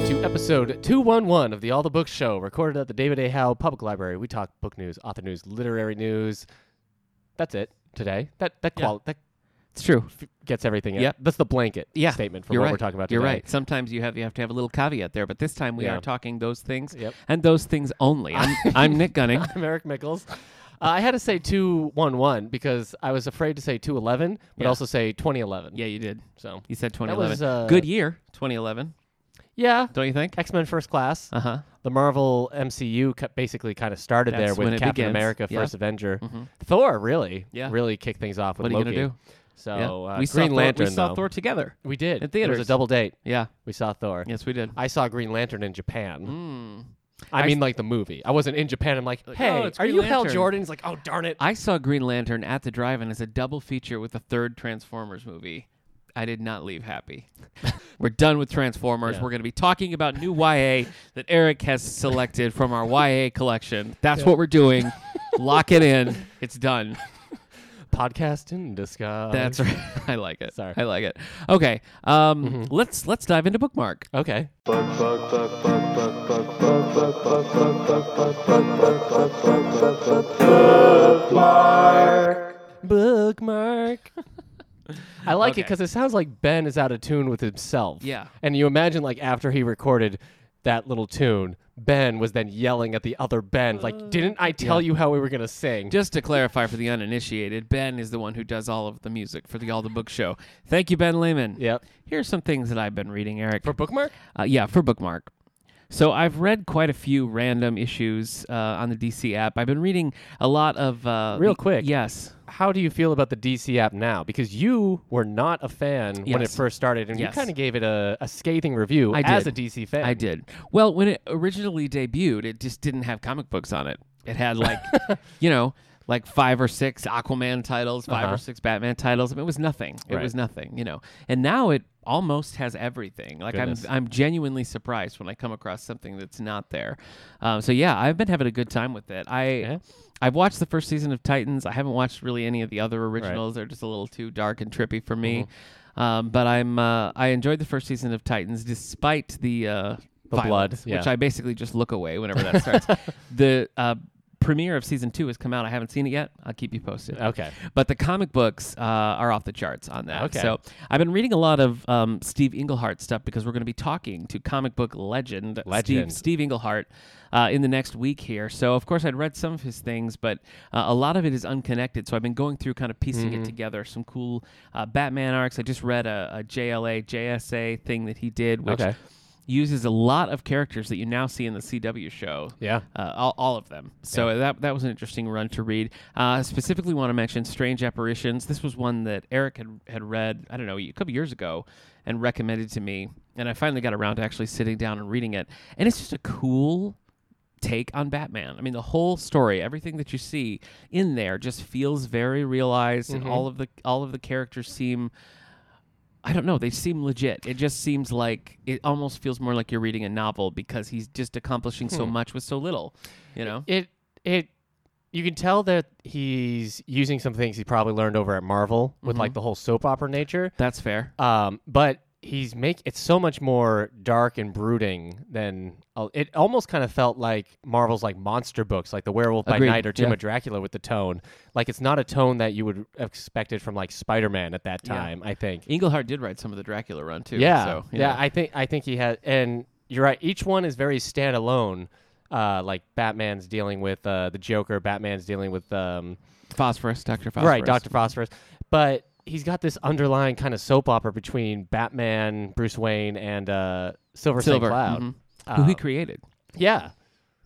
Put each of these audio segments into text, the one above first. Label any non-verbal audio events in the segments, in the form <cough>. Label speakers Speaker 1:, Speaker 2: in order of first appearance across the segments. Speaker 1: episode 211 of the All the Books Show, recorded at the David A. Howe Public Library. We talk book news, author news, literary news. That's it today. That that
Speaker 2: Yeah.
Speaker 1: qual that
Speaker 2: It's true.
Speaker 1: f- gets everything. in.
Speaker 2: Yep.
Speaker 1: That's the blanket
Speaker 2: Yeah,
Speaker 1: statement for
Speaker 2: you're
Speaker 1: what
Speaker 2: right.
Speaker 1: we're talking about today.
Speaker 2: You're right. Sometimes you have you have to have a little caveat there, but this time we
Speaker 1: Yeah.
Speaker 2: are talking those things
Speaker 1: Yep.
Speaker 2: and those things
Speaker 1: <laughs>
Speaker 2: only. I'm, I'm Nick Gunning.
Speaker 1: I'm Eric Mickles. Uh, I had to say 211 because I was afraid to say 211, but
Speaker 2: Yeah.
Speaker 1: also say 2011.
Speaker 2: Yeah, you did.
Speaker 1: So,
Speaker 2: You said
Speaker 1: That
Speaker 2: 2011.
Speaker 1: was, uh,
Speaker 2: Good year, 2011.
Speaker 1: yeah.
Speaker 2: Don't you think?
Speaker 1: X Men First Class.
Speaker 2: Uh huh.
Speaker 1: the Marvel MCU ca- basically kind of started there
Speaker 2: That's when
Speaker 1: with
Speaker 2: it
Speaker 1: Captain
Speaker 2: begins.
Speaker 1: America,
Speaker 2: Yeah. Mm-hmm.
Speaker 1: First Avenger, Thor really,
Speaker 2: Yeah.
Speaker 1: really kicked things off with
Speaker 2: What are you
Speaker 1: Loki.
Speaker 2: gonna do?
Speaker 1: So
Speaker 2: yeah.
Speaker 1: uh,
Speaker 2: we
Speaker 1: Green
Speaker 2: saw
Speaker 1: Lantern.
Speaker 2: Thor, we saw
Speaker 1: though.
Speaker 2: Thor together.
Speaker 1: We did. It
Speaker 2: in
Speaker 1: was
Speaker 2: theaters.
Speaker 1: a double date.
Speaker 2: Yeah.
Speaker 1: We saw Thor.
Speaker 2: Yes, we did.
Speaker 1: I saw Green Lantern in Japan.
Speaker 2: Mm.
Speaker 1: I
Speaker 2: I-
Speaker 1: mean, like the movie. I wasn't in Japan. I'm like,
Speaker 2: Like,
Speaker 1: hey,
Speaker 2: oh, it's
Speaker 1: are
Speaker 2: Green
Speaker 1: you Hal
Speaker 2: Lantern."
Speaker 1: Jordan? He's like, oh darn it.
Speaker 2: I saw Green Lantern at the drive-in as a double feature with the third Transformers movie. I did not leave happy.
Speaker 1: <laughs>
Speaker 2: We're done with Transformers.
Speaker 1: Yeah.
Speaker 2: We're going to be talking about new YA that Eric has selected from our YA collection. That's what
Speaker 1: <laughs>
Speaker 2: we're doing. Lock it in. It's done.
Speaker 1: Podcast in disguise.
Speaker 2: That's right. <laughs> I like it.
Speaker 1: Sorry. Mm-hmm.
Speaker 2: I like it. Okay. Um, Let's let's dive into bookmark.
Speaker 1: Okay. <laughs> Bookmark. I like it
Speaker 2: Okay.
Speaker 1: 'cause it because it sounds like Ben is out of tune with himself.
Speaker 2: Yeah.
Speaker 1: And you imagine, like, after he recorded that little tune, Ben was then yelling at the other Ben, like, didn't I tell you how we were going to sing?
Speaker 2: Just to clarify for the uninitiated, Ben is the one who does all of the music for the All the Book Show. Thank you, Ben Lehman.
Speaker 1: yep.
Speaker 2: Here's some things that I've been reading, Eric.
Speaker 1: For Bookmark?
Speaker 2: Uh, yeah, for bookmark. So I've read quite a few random issues uh, on the DC app. I've been reading a lot of uh,
Speaker 1: Real
Speaker 2: the-
Speaker 1: quick.
Speaker 2: Yes,
Speaker 1: How do you feel about the DC app now? Because you were not a fan when it
Speaker 2: Yes.
Speaker 1: first started, and
Speaker 2: Yes.
Speaker 1: you kind of gave it a, a scathing review
Speaker 2: I
Speaker 1: as
Speaker 2: did.
Speaker 1: a DC fan.
Speaker 2: I did. Well, when it originally debuted, it just didn't have comic books on it. It had like,
Speaker 1: <laughs>
Speaker 2: you know, like five or six Aquaman titles, 5
Speaker 1: Uh-huh.
Speaker 2: or six Batman titles. I mean, it was nothing. It
Speaker 1: Right.
Speaker 2: was nothing, you know. And now it almost has everything. Like
Speaker 1: Goodness.
Speaker 2: I'm, I'm genuinely surprised when I come across something that's not there. Um, so yeah, I've been having a good time with it. I.
Speaker 1: Yeah?
Speaker 2: I've watched the first season of Titans. I haven't watched really any of the other originals. They're just a little too dark and trippy for me.
Speaker 1: Mm-hmm.
Speaker 2: Um, but I'm uh, I enjoyed the first season of Titans despite the uh,
Speaker 1: The blood,
Speaker 2: violence, which
Speaker 1: yeah.
Speaker 2: I basically just look away whenever that
Speaker 1: <laughs>
Speaker 2: starts. the uh, premiere of season two has come out. I haven't seen it yet. I'll keep you posted.
Speaker 1: Okay.
Speaker 2: But the comic books uh, are off the charts on that.
Speaker 1: Okay.
Speaker 2: So I've been reading a lot of um, Steve Englehart stuff because we're going to be talking to comic book legend,
Speaker 1: Legend.
Speaker 2: Steve, Steve Englehart uh, in the next week here. So, of course, I'd read some of his things, but uh, a lot of it is unconnected. So I've been going through kind of piecing
Speaker 1: Mm-hmm.
Speaker 2: it together. Some cool uh, Batman arcs. I just read a, a JLA, JSA thing that he did, which
Speaker 1: Okay.
Speaker 2: uses a lot of characters that you now see in the CW show
Speaker 1: Yeah.
Speaker 2: uh, all, all of them. So that that was an interesting run to read. Uh, specifically, want to mention Strange Apparitions. This was one that Eric had had read. I don't know a couple years ago, and recommended to me. And I finally got around to actually sitting down and reading it. And it's just a cool take on Batman. I mean, the whole story, everything that you see in there, just feels very realized, and all of
Speaker 1: Mm-hmm.
Speaker 2: the all of the characters seem. I don't know. They seem legit. It just seems like it almost feels more like you're reading a novel because he's just accomplishing so much with so little. You know?
Speaker 1: Hmm. it it you can tell that he's using some things he probably learned over at Marvel with
Speaker 2: Mm-hmm.
Speaker 1: like the whole soap opera nature.
Speaker 2: That's fair.
Speaker 1: Um, but he's make it's so much more dark and brooding than uh, it almost kind of felt like Marvel's like monster books, like the Werewolf by
Speaker 2: Agreed,
Speaker 1: Night or Tomb
Speaker 2: yeah.
Speaker 1: of Dracula with the tone. Like it's not a tone that you would expect it from like Spider Man at that
Speaker 2: Yeah.
Speaker 1: time. I think.
Speaker 2: Englehart did write some of the Dracula run too.
Speaker 1: Yeah,
Speaker 2: So, you
Speaker 1: yeah.
Speaker 2: know.
Speaker 1: I think I think he has, and you're right. Each one is very standalone. Uh, like Batman's dealing with uh, the Joker. Batman's dealing with um,
Speaker 2: Phosphorus, Dr. Phosphorus.
Speaker 1: right, Doctor Phosphorus. But he's got this underlying kind of soap opera between Batman, Bruce Wayne, and uh, Silver, St.
Speaker 2: Silver.
Speaker 1: Cloud.
Speaker 2: mhm, Who he
Speaker 1: Um,
Speaker 2: created.
Speaker 1: Yeah,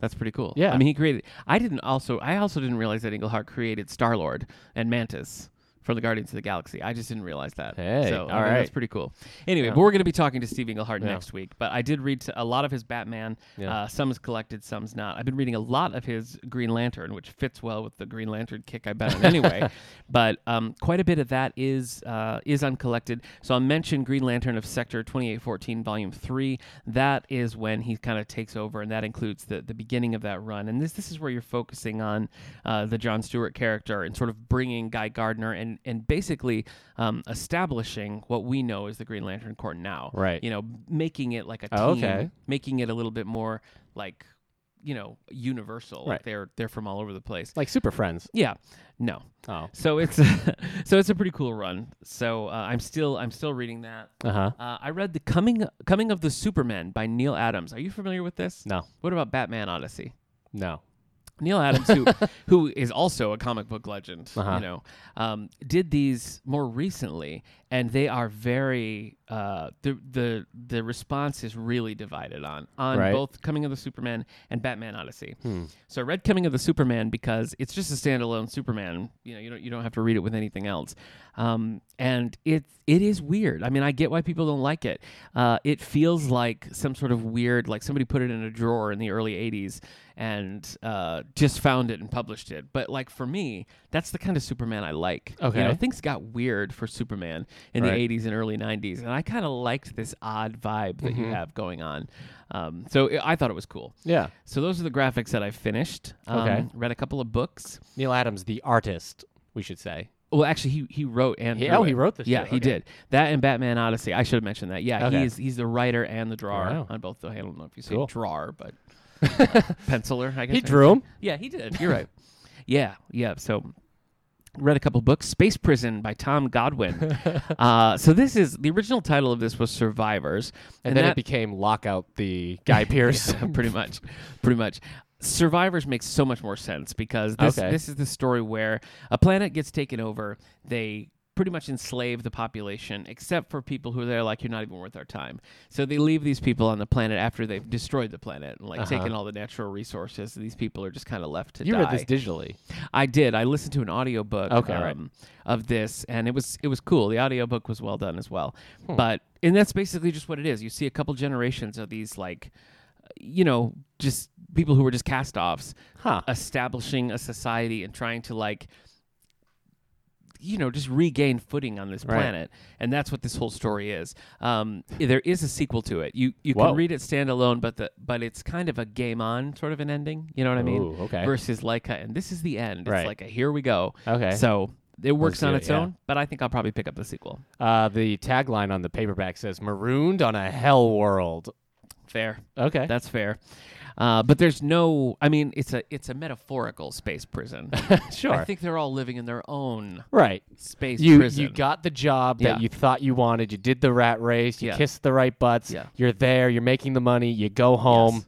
Speaker 2: That's pretty cool.
Speaker 1: Yeah.
Speaker 2: I mean, he created. I didn't also. I also didn't realize that Englehart created Star Lord and Mantis from the Guardians of the Galaxy. I just didn't realize that.
Speaker 1: Hey,
Speaker 2: so, I
Speaker 1: all
Speaker 2: mean,
Speaker 1: right.
Speaker 2: that's pretty cool. Anyway,
Speaker 1: Yeah.
Speaker 2: but we're going to be talking to Steve Englehart
Speaker 1: Yeah.
Speaker 2: next week. But I did read t- a lot of his Batman.
Speaker 1: Yeah.
Speaker 2: Uh, some's collected, some's not. I've been reading a lot of his Green Lantern, which fits well with the Green Lantern kick I bet
Speaker 1: <laughs>
Speaker 2: on anyway. but um, quite a bit of that is uh, is uncollected. So I'll mention Green Lantern of Sector 2814, Volume 3. That is when he kind of takes over, and that includes the, the beginning of that run. And this this is where you're focusing on uh, the John Stewart character and sort of bringing Guy Gardner and and and basically um, establishing what we know as the Green Lantern Corps now.
Speaker 1: Right.
Speaker 2: You know, making it like a team,
Speaker 1: Oh, okay.
Speaker 2: making it a little bit more like you know universal. Like
Speaker 1: Right.
Speaker 2: they're they're from all over the place.
Speaker 1: Like Super Friends.
Speaker 2: Yeah. No.
Speaker 1: Oh.
Speaker 2: So it's <laughs> so it's a pretty cool run. So uh, I'm still I'm still reading that.
Speaker 1: Uh huh.
Speaker 2: Uh, I read the coming coming of the Superman by Neil Adams. Are you familiar with this?
Speaker 1: No.
Speaker 2: What about Batman Odyssey?
Speaker 1: <laughs> No.
Speaker 2: Neil Adams, who who is also a comic book legend,
Speaker 1: Uh-huh.
Speaker 2: you know, um, did these more recently, and they are very uh, the the the response is really divided on on
Speaker 1: Right.
Speaker 2: both Coming of the Superman and Batman Odyssey.
Speaker 1: Hmm.
Speaker 2: So I read Coming of the Superman because it's just a standalone Superman. You know, you don't you don't have to read it with anything else, um, and it it is weird. I mean, I get why people don't like it. Uh, it feels like some sort of weird, like somebody put it in a drawer in the early '80s and uh, just found it and published it. But like for me, that's the kind of Superman I like. You
Speaker 1: Okay.
Speaker 2: know, things got weird for Superman in
Speaker 1: Right.
Speaker 2: the '80s and early '90s, and I kind of liked this odd vibe that
Speaker 1: Mm-hmm.
Speaker 2: you have going on. Um, so i I thought it was cool.
Speaker 1: Yeah.
Speaker 2: So those are the graphics that I finished. Um,
Speaker 1: Okay.
Speaker 2: Read a couple of books.
Speaker 1: Neil Adams, the artist, we should say.
Speaker 2: Well, actually, he he wrote and
Speaker 1: He-
Speaker 2: drew
Speaker 1: oh, he
Speaker 2: it.
Speaker 1: wrote this
Speaker 2: Yeah,
Speaker 1: shit.
Speaker 2: he
Speaker 1: Okay.
Speaker 2: did that and Batman Odyssey. I should have mentioned that. Yeah,
Speaker 1: Okay.
Speaker 2: he is he's the writer and the drawer
Speaker 1: Wow.
Speaker 2: on both. The, I don't know if you say
Speaker 1: Cool.
Speaker 2: drawer,
Speaker 1: <laughs>
Speaker 2: but uh, penciler. I guess
Speaker 1: He
Speaker 2: I-
Speaker 1: drew him.
Speaker 2: Yeah, he did. You're
Speaker 1: <laughs>
Speaker 2: right. Yeah, yeah. So read a couple books. Space Prison by Tom
Speaker 1: <laughs>
Speaker 2: Godwin. uh, so this is the original title of this was Survivors,
Speaker 1: And, then
Speaker 2: that,
Speaker 1: it became Lockout the <laughs> Guy Pierce.
Speaker 2: <laughs> pretty much pretty much survivors makes so much more sense because this,
Speaker 1: Okay.
Speaker 2: this is the story where a planet gets taken over they pretty much enslave the population except for people who they're like you're not even worth our time so they leave these people on the planet after they've destroyed the planet and like
Speaker 1: Uh-huh.
Speaker 2: taken all the natural resources these people are just kind of left to
Speaker 1: you
Speaker 2: die
Speaker 1: read this digitally.
Speaker 2: I did. I listened to an audiobook um,
Speaker 1: Okay, right.
Speaker 2: of this and it was it was cool. The audiobook was well done as well.
Speaker 1: Hmm.
Speaker 2: But and that's basically just what it is. You see a couple generations of these like you know, just people who were just cast-offs
Speaker 1: Huh.
Speaker 2: establishing a society and trying to like you know just regain footing on this
Speaker 1: Right.
Speaker 2: planet and that's what this whole story is um, there is a sequel to it you you
Speaker 1: Whoa.
Speaker 2: can read it standalone but the but it's kind of a game on sort of an ending you know what i mean
Speaker 1: Ooh, okay.
Speaker 2: versus like a, and this is the end. It's
Speaker 1: Right.
Speaker 2: like a here we go.
Speaker 1: Okay.
Speaker 2: So it works
Speaker 1: do
Speaker 2: on
Speaker 1: it,
Speaker 2: its
Speaker 1: yeah.
Speaker 2: own, but I think I'll probably pick up the sequel.
Speaker 1: Uh, the tagline on the paperback says "Marooned on a Hell World."
Speaker 2: Fair.
Speaker 1: <laughs> Okay.
Speaker 2: That's fair. Uh, but there's no I mean it's a it's a metaphorical space prison.
Speaker 1: <laughs> sure.
Speaker 2: I think they're all living in their own
Speaker 1: right.
Speaker 2: space
Speaker 1: You
Speaker 2: prison.
Speaker 1: you got the job that
Speaker 2: Yeah.
Speaker 1: you thought you wanted. You did the rat race. You
Speaker 2: Yeah.
Speaker 1: kissed the right butts.
Speaker 2: Yeah.
Speaker 1: You're there. You're making the money. You go home.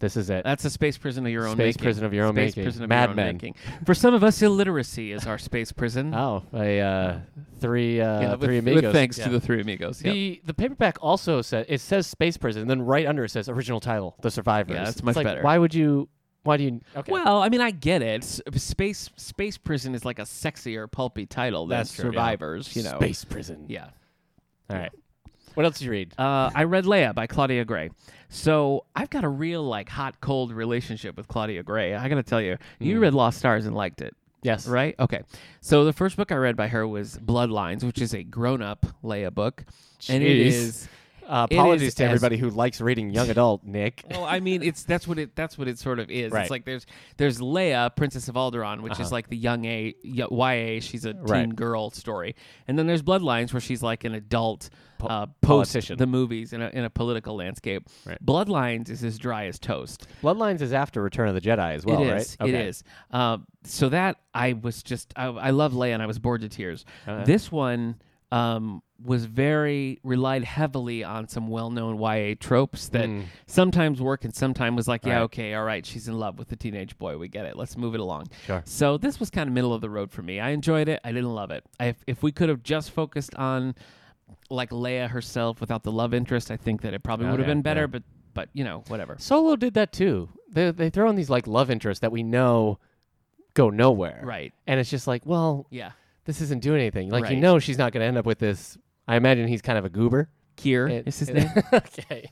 Speaker 1: This is it.
Speaker 2: That's a space prison of your own
Speaker 1: Space
Speaker 2: making.
Speaker 1: prison of your own
Speaker 2: space
Speaker 1: making.
Speaker 2: prison of
Speaker 1: Mad
Speaker 2: your own
Speaker 1: Men.
Speaker 2: making. For some of us, illiteracy is our space prison.
Speaker 1: oh, a uh, three uh,
Speaker 2: Yeah, with,
Speaker 1: three
Speaker 2: with
Speaker 1: amigos.
Speaker 2: thanks
Speaker 1: Yeah.
Speaker 2: to the three amigos. Yeah.
Speaker 1: The the paperback also says it says space prison, and then right under it says original title, The Survivors.
Speaker 2: that's
Speaker 1: It's
Speaker 2: much
Speaker 1: like,
Speaker 2: better.
Speaker 1: Why would you? Why do you? Okay.
Speaker 2: Well, I mean, I get it. S- Space Space Prison is like a sexier, pulpy title than
Speaker 1: That's true, yeah.
Speaker 2: Survivors. You know,
Speaker 1: space prison.
Speaker 2: yeah.
Speaker 1: All right. What else did you read?
Speaker 2: Uh, I read Leia by Claudia Gray. So I've got a real like hot cold relationship with Claudia Gray. I gotta tell you, you read Lost Stars and liked it.
Speaker 1: Yes.
Speaker 2: Right? Okay. So the first book I read by her was Bloodlines, which is a grown up Leia book. And it
Speaker 1: Jeez.
Speaker 2: is
Speaker 1: Uh,
Speaker 2: It
Speaker 1: apologies
Speaker 2: is
Speaker 1: to
Speaker 2: as-
Speaker 1: everybody who likes reading young adult, Nick.
Speaker 2: <laughs> Well, I mean, it's that's what it that's what it sort of is. It's
Speaker 1: Right. Uh-huh.
Speaker 2: like there's there's Leia, Princess of Alderaan, which is like the young A y- YA. She's a teen
Speaker 1: Right.
Speaker 2: girl story, and then there's Bloodlines, where she's like an adult uh, post
Speaker 1: politician.
Speaker 2: the movies in a in a political landscape.
Speaker 1: Right.
Speaker 2: Bloodlines is as dry as toast.
Speaker 1: Bloodlines is after Return of the Jedi as well,
Speaker 2: It
Speaker 1: right?
Speaker 2: is. It is. Um, so that I was just I, I love Leia and I was bored to tears.
Speaker 1: Uh-huh.
Speaker 2: This one um, was very relied heavily on some well-known YA tropes that
Speaker 1: Mm.
Speaker 2: sometimes work and sometimes was like, yeah,
Speaker 1: Right.
Speaker 2: okay, all right, she's in love with the teenage boy, we get it, let's move it along.
Speaker 1: Sure.
Speaker 2: So this was kind of middle of the road for me. I enjoyed it. I didn't love it. I, if, if we could have just focused on like Leia herself without the love interest, I think that it probably would have
Speaker 1: Okay,
Speaker 2: been better.
Speaker 1: yeah.
Speaker 2: But but you know whatever.
Speaker 1: Solo did that too. They they throw in these like love interests that we know go nowhere.
Speaker 2: Right.
Speaker 1: And it's just like, well,
Speaker 2: Yeah.
Speaker 1: this isn't doing anything. Like you
Speaker 2: Right.
Speaker 1: know she's not going to end up with this. I imagine he's kind of a goober.
Speaker 2: Kier
Speaker 1: It-
Speaker 2: is his
Speaker 1: it-
Speaker 2: name.
Speaker 1: <laughs> okay.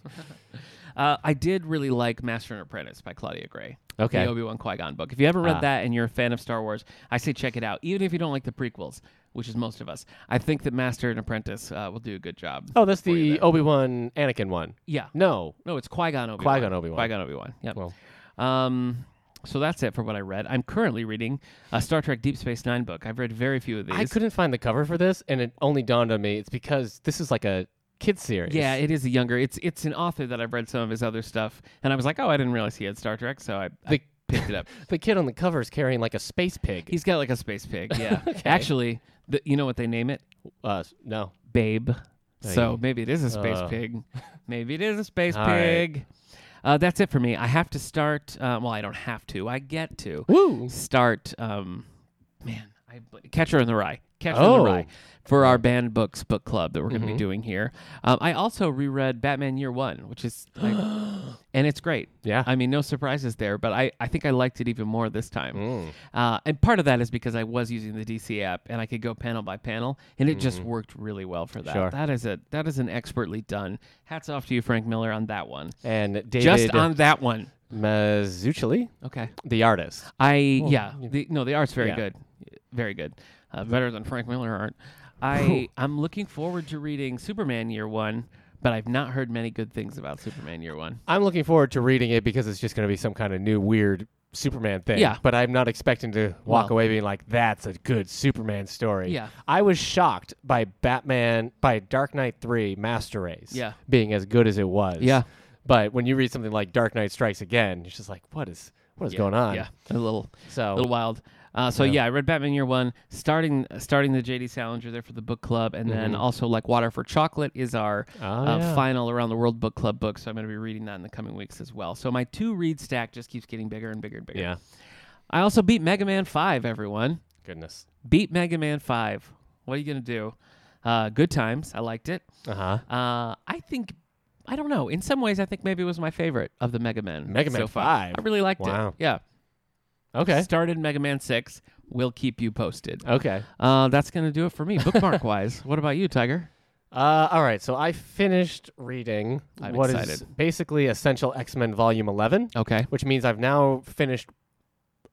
Speaker 2: Uh, I did really like Master and Apprentice by Claudia Gray.
Speaker 1: Okay.
Speaker 2: The Obi Wan Qui Gon book. If you haven't read
Speaker 1: Ah.
Speaker 2: that and you're a fan of Star Wars, I say check it out. Even if you don't like the prequels, which is most of us, I think that Master and Apprentice uh, will do a good job.
Speaker 1: Oh, that's
Speaker 2: for you
Speaker 1: the
Speaker 2: there.
Speaker 1: Obi Wan Anakin one.
Speaker 2: yeah.
Speaker 1: No.
Speaker 2: No, it's Qui Gon Obi Wan.
Speaker 1: Qui-Gon Obi-Wan.
Speaker 2: Qui Gon Obi Wan. Yep.
Speaker 1: Well.
Speaker 2: Um, So that's it for what I read. I'm currently reading a Star Trek Deep Space Nine book. I've read very few of these.
Speaker 1: I couldn't find the cover for this, and it only dawned on me it's because this is like a kids series.
Speaker 2: Yeah, it is a younger. It's it's an author that I've read some of his other stuff, and I was like, oh, I didn't realize he had Star Trek, so I, I
Speaker 1: The-
Speaker 2: picked it up.
Speaker 1: the kid on the cover is carrying like a space pig.
Speaker 2: He's got like a space pig. Yeah,
Speaker 1: <laughs> Okay.
Speaker 2: actually, the, you know what they name it?
Speaker 1: uh, s- no.
Speaker 2: Babe. So
Speaker 1: Hey.
Speaker 2: maybe it is a space
Speaker 1: Uh. <laughs>
Speaker 2: pig. Maybe it is a space
Speaker 1: All right.
Speaker 2: pig. Uh, that's it for me. I have to start. Uh, well, I don't have to. I get to
Speaker 1: Woo.
Speaker 2: start. Um, man, I bl- Catcher in the Rye. Catcher
Speaker 1: Oh.
Speaker 2: in the Rye for our banned books book club that we're going to
Speaker 1: Mhm.
Speaker 2: be doing here. Um, I also reread Batman Year One, which is
Speaker 1: <gasps>
Speaker 2: I- and it's great.
Speaker 1: Yeah.
Speaker 2: I mean, no surprises there, but I, I think I liked it even more this time.
Speaker 1: Mm.
Speaker 2: Uh, and part of that is because I was using the DC app and I could go panel by panel, and it just worked really well for that.
Speaker 1: Mm-hmm. Sure.
Speaker 2: That is a that is an expertly done. Hats off to you, Frank Miller, on that one.
Speaker 1: And David
Speaker 2: Just on that one.
Speaker 1: Mazzucchelli,
Speaker 2: Okay.
Speaker 1: the artist.
Speaker 2: I
Speaker 1: Well,
Speaker 2: yeah.
Speaker 1: you-
Speaker 2: The, no, the art's very
Speaker 1: Yeah.
Speaker 2: good, very good. Uh, better than Frank Miller art. I I'm looking forward to reading Superman Year One, but I've not heard many good things about Superman Year One.
Speaker 1: I'm looking forward to reading it because it's just going to be some kind of new weird Superman thing.
Speaker 2: Yeah.
Speaker 1: But I'm not expecting to walk
Speaker 2: Well-
Speaker 1: away being like, that's a good Superman story.
Speaker 2: Yeah.
Speaker 1: I was shocked by Batman, by Dark Knight 3 Master Race
Speaker 2: Yeah.
Speaker 1: being as good as it was.
Speaker 2: Yeah.
Speaker 1: But when you read something like Dark Knight Strikes Again, it's just like, what is what is
Speaker 2: Yeah,
Speaker 1: going on?
Speaker 2: Yeah, a little a
Speaker 1: So,
Speaker 2: little wild. Uh, so yeah. I read Batman Year One, starting starting the J.D. Salinger there for the book club, and then also like Water for Chocolate is our
Speaker 1: Mm-hmm. Oh,
Speaker 2: uh,
Speaker 1: yeah.
Speaker 2: final Around the World book club book. So I'm going to be reading that in the coming weeks as well. So my two read stack just keeps getting bigger and bigger and bigger.
Speaker 1: yeah.
Speaker 2: I also beat Mega Man Five, everyone.
Speaker 1: Goodness.
Speaker 2: Beat Mega Man Five. What are you gonna do? Uh, good times. I liked it.
Speaker 1: Uh huh.
Speaker 2: Uh, I think I don't know. In some ways, I think maybe it was my favorite of the Mega Man.
Speaker 1: Mega Man
Speaker 2: so far.
Speaker 1: 5.
Speaker 2: I really liked it.
Speaker 1: Wow.
Speaker 2: Yeah.
Speaker 1: Okay.
Speaker 2: Started Mega Man Six. We'll keep you posted.
Speaker 1: Okay.
Speaker 2: Uh, that's gonna do it for me,
Speaker 1: <laughs>
Speaker 2: bookmark wise. What about you, Tiger?
Speaker 1: Uh, all right. So I finished reading
Speaker 2: I'm
Speaker 1: what is
Speaker 2: excited.
Speaker 1: basically Essential X Men Volume 11,
Speaker 2: Okay.
Speaker 1: which means I've now finished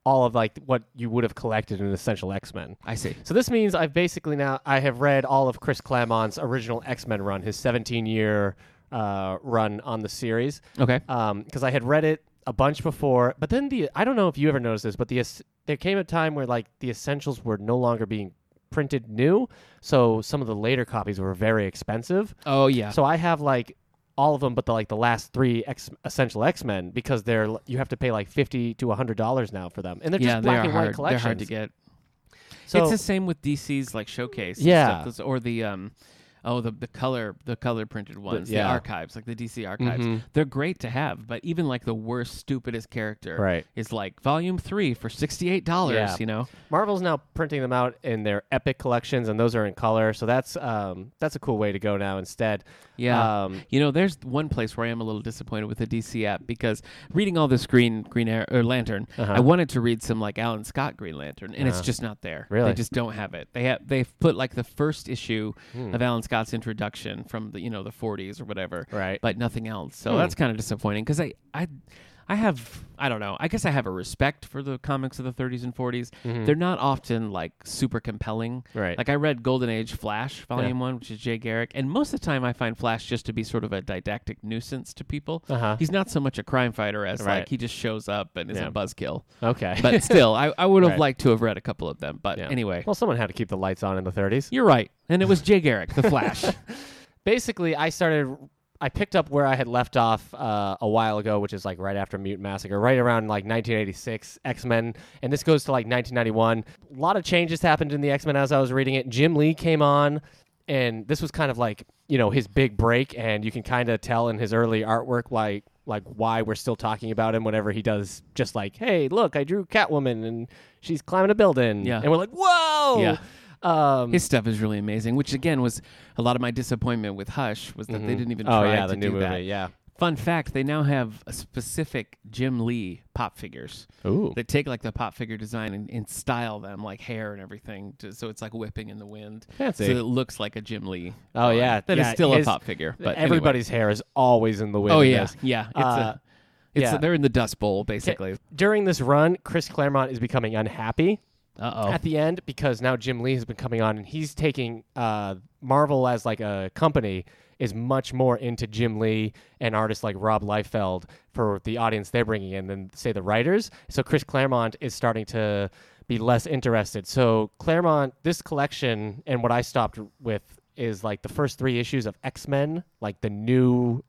Speaker 1: all of like what you would have collected in Essential X Men.
Speaker 2: I see.
Speaker 1: So this means I've basically now I have read all of Chris Claremont's original X Men run, his 17 year uh, run on the series,
Speaker 2: Okay.
Speaker 1: because I had read it a bunch before. But then the I don't know if you ever noticed this, but the es- there came a time where like the essentials were no longer being printed new, so some of the later copies were very expensive.
Speaker 2: Oh yeah.
Speaker 1: So I have like all of them, but the like the last three X- essential X Men because they're l- you have to pay like fifty to hundred dollars now for them, and they're
Speaker 2: yeah,
Speaker 1: just
Speaker 2: they
Speaker 1: black
Speaker 2: are
Speaker 1: and
Speaker 2: hard.
Speaker 1: white collections.
Speaker 2: They're hard to get.
Speaker 1: So
Speaker 2: it's the same with DC's like showcase. and
Speaker 1: Yeah.
Speaker 2: stuff. Those- or the um, oh the the color the color printed ones. The,
Speaker 1: yeah.
Speaker 2: archives like the DC archives.
Speaker 1: Mhm.
Speaker 2: They're great to have, but even like the worst stupidest character
Speaker 1: Right.
Speaker 2: is like volume three for sixty eight dollars.
Speaker 1: Yeah.
Speaker 2: You know.
Speaker 1: Marvel's now printing them out in their epic collections, and those are in color. So that's um, that's a cool way to go now instead.
Speaker 2: Yeah.
Speaker 1: Um,
Speaker 2: you know, there's one place where I am a little disappointed with the DC app because reading all this Green Green Ar- or Lantern,
Speaker 1: Uh-huh.
Speaker 2: I wanted to read some like Alan Scott Green Lantern, and it's
Speaker 1: Uh-huh.
Speaker 2: just not there.
Speaker 1: Really?
Speaker 2: they just don't have it. They have they've put like the first issue
Speaker 1: Hmm.
Speaker 2: of Alan Scott's introduction from the you know the 40s or whatever,
Speaker 1: right.
Speaker 2: but nothing else. So
Speaker 1: Hmm.
Speaker 2: that's kind of disappointing because I I I have I don't know. I guess I have a respect for the comics of the 30s and 40s.
Speaker 1: Mhm.
Speaker 2: They're not often like super compelling.
Speaker 1: Right.
Speaker 2: Like I read Golden Age Flash Volume 1, which is Jay Garrick, and most of the time I find Flash just to be sort of a didactic nuisance to people.
Speaker 1: Uh-huh.
Speaker 2: He's not so much a crime fighter as
Speaker 1: Right.
Speaker 2: like he just shows up and is
Speaker 1: Yeah.
Speaker 2: a buzzkill.
Speaker 1: okay.
Speaker 2: But still, I, I would
Speaker 1: <laughs>
Speaker 2: have
Speaker 1: Right.
Speaker 2: liked to have read a couple of them. But
Speaker 1: Yeah.
Speaker 2: anyway,
Speaker 1: well, someone had to keep the lights on in the 30s.
Speaker 2: you're right. And it was Jay Garrick, the
Speaker 1: <laughs>
Speaker 2: Flash.
Speaker 1: Basically, I started. I picked up where I had left off uh, a while ago, which is like right after Mutant Massacre, right around like 1986 X Men, and this goes to like 1991. A lot of changes happened in the X Men as I was reading it. Jim Lee came on, and this was kind of like you know his big break, and you can kind of tell in his early artwork like like why we're still talking about him whenever he does just like hey look I drew Catwoman and she's climbing a building,
Speaker 2: Yeah.
Speaker 1: and we're like whoa,
Speaker 2: Yeah.
Speaker 1: Um,
Speaker 2: His stuff is really amazing, which again was a lot of my disappointment with Hush was that they didn't even
Speaker 1: oh
Speaker 2: try
Speaker 1: yeah,
Speaker 2: to
Speaker 1: the new
Speaker 2: do
Speaker 1: movie,
Speaker 2: that.
Speaker 1: yeah.
Speaker 2: Fun fact, they now have a specific Jim Lee pop figures.
Speaker 1: Ooh.
Speaker 2: They take like the pop figure design and, and style them like hair and everything, to, so it's like whipping in the wind.
Speaker 1: Fancy.
Speaker 2: So it looks like a Jim Lee.
Speaker 1: Oh,
Speaker 2: drawing.
Speaker 1: yeah,
Speaker 2: that is
Speaker 1: yeah,
Speaker 2: still
Speaker 1: his-
Speaker 2: a pop figure, but anyway.
Speaker 1: everybody's hair is always in the wind.
Speaker 2: Oh
Speaker 1: in
Speaker 2: yeah,
Speaker 1: this.
Speaker 2: yeah. It's
Speaker 1: Uh,
Speaker 2: a, it's a-
Speaker 1: yeah.
Speaker 2: they're in the dust bowl basically.
Speaker 1: During this run, Chris Claremont is becoming unhappy
Speaker 2: Uh
Speaker 1: at the end because now Jim Lee has been coming on and he's taking uh, Marvel as like a company is much more into Jim Lee and artists like Rob Liefeld for the audience they're bringing in than say the writers. So Chris Claremont is starting to be less interested. So Claremont, this collection and what I stopped with is like the first three issues of X Men, like the new.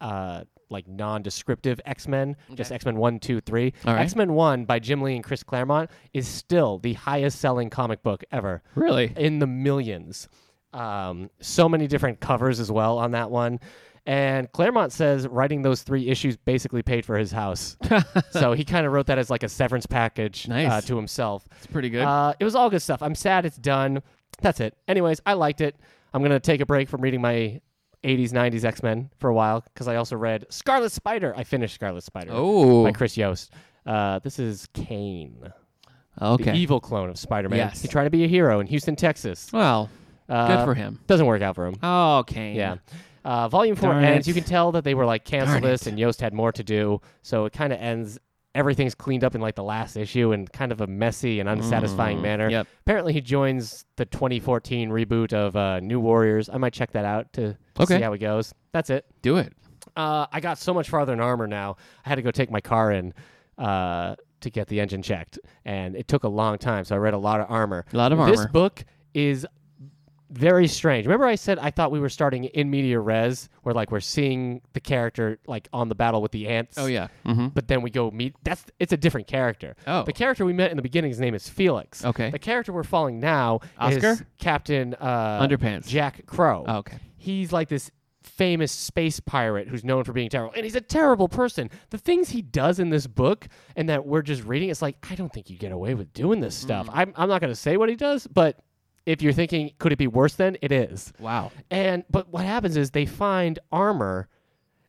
Speaker 1: Uh, like non-descriptive X-Men, just
Speaker 2: Okay.
Speaker 1: X-Men 1, 2, 3.
Speaker 2: All right.
Speaker 1: X-Men 1 by Jim Lee and Chris Claremont is still the highest selling comic book ever
Speaker 2: Really?
Speaker 1: in the millions. Um, so many different covers as well on that one. And Claremont says writing those three issues basically paid for his
Speaker 2: <laughs>
Speaker 1: house. so he kind of wrote that as like a severance package
Speaker 2: Nice.
Speaker 1: uh, to himself.
Speaker 2: It's pretty good.
Speaker 1: Uh, it was all good stuff. I'm sad it's done. That's it. Anyways, I liked it. I'm going to take a break from reading my 80s, 90s X Men for a while because I also read Scarlet Spider. I finished Scarlet Spider
Speaker 2: oh,
Speaker 1: by Chris Yost. Uh, this is Kane, the
Speaker 2: okay.
Speaker 1: evil clone of Spider Man.
Speaker 2: Yes.
Speaker 1: He tried to be a hero in Houston, Texas.
Speaker 2: Well, good
Speaker 1: Uh,
Speaker 2: for him.
Speaker 1: Doesn't work out for him.
Speaker 2: Okay.
Speaker 1: Yeah. Uh, volume four
Speaker 2: Darn
Speaker 1: ends.
Speaker 2: it.
Speaker 1: You can tell that they were like cancel
Speaker 2: Darn
Speaker 1: this,
Speaker 2: it.
Speaker 1: and Yost had more to do. So it kind of ends. Everything's cleaned up in like the last issue in kind of a messy and unsatisfying
Speaker 2: Mm,
Speaker 1: manner.
Speaker 2: Yep.
Speaker 1: Apparently, he joins the 2014 reboot of uh, New Warriors. I might check that out to
Speaker 2: Okay.
Speaker 1: see how it goes. That's it.
Speaker 2: Do it.
Speaker 1: Uh, I got so much farther in armor now. I had to go take my car in uh, to get the engine checked, and it took a long time. So I read a lot of armor.
Speaker 2: A lot of
Speaker 1: This
Speaker 2: armor.
Speaker 1: book is very strange. Remember, I said I thought we were starting in media res, where like we're seeing the character like on the battle with the ants.
Speaker 2: Oh yeah. Mm-hmm.
Speaker 1: But then we go meet. That's it's a different character.
Speaker 2: Oh.
Speaker 1: The character we met in the beginning's name is Felix.
Speaker 2: Okay.
Speaker 1: The character we're following now is
Speaker 2: Oscar?
Speaker 1: Captain uh,
Speaker 2: Underpants.
Speaker 1: Jack Crow.
Speaker 2: Oh, okay.
Speaker 1: He's like this famous space pirate who's known for being terrible, and he's a terrible person. The things he does in this book, and that we're just reading, it's like I don't think you get away with doing this stuff. I'm I'm not going to say what he does, but if you're thinking could it be worse, then it is.
Speaker 2: Wow.
Speaker 1: And but what happens is they find armor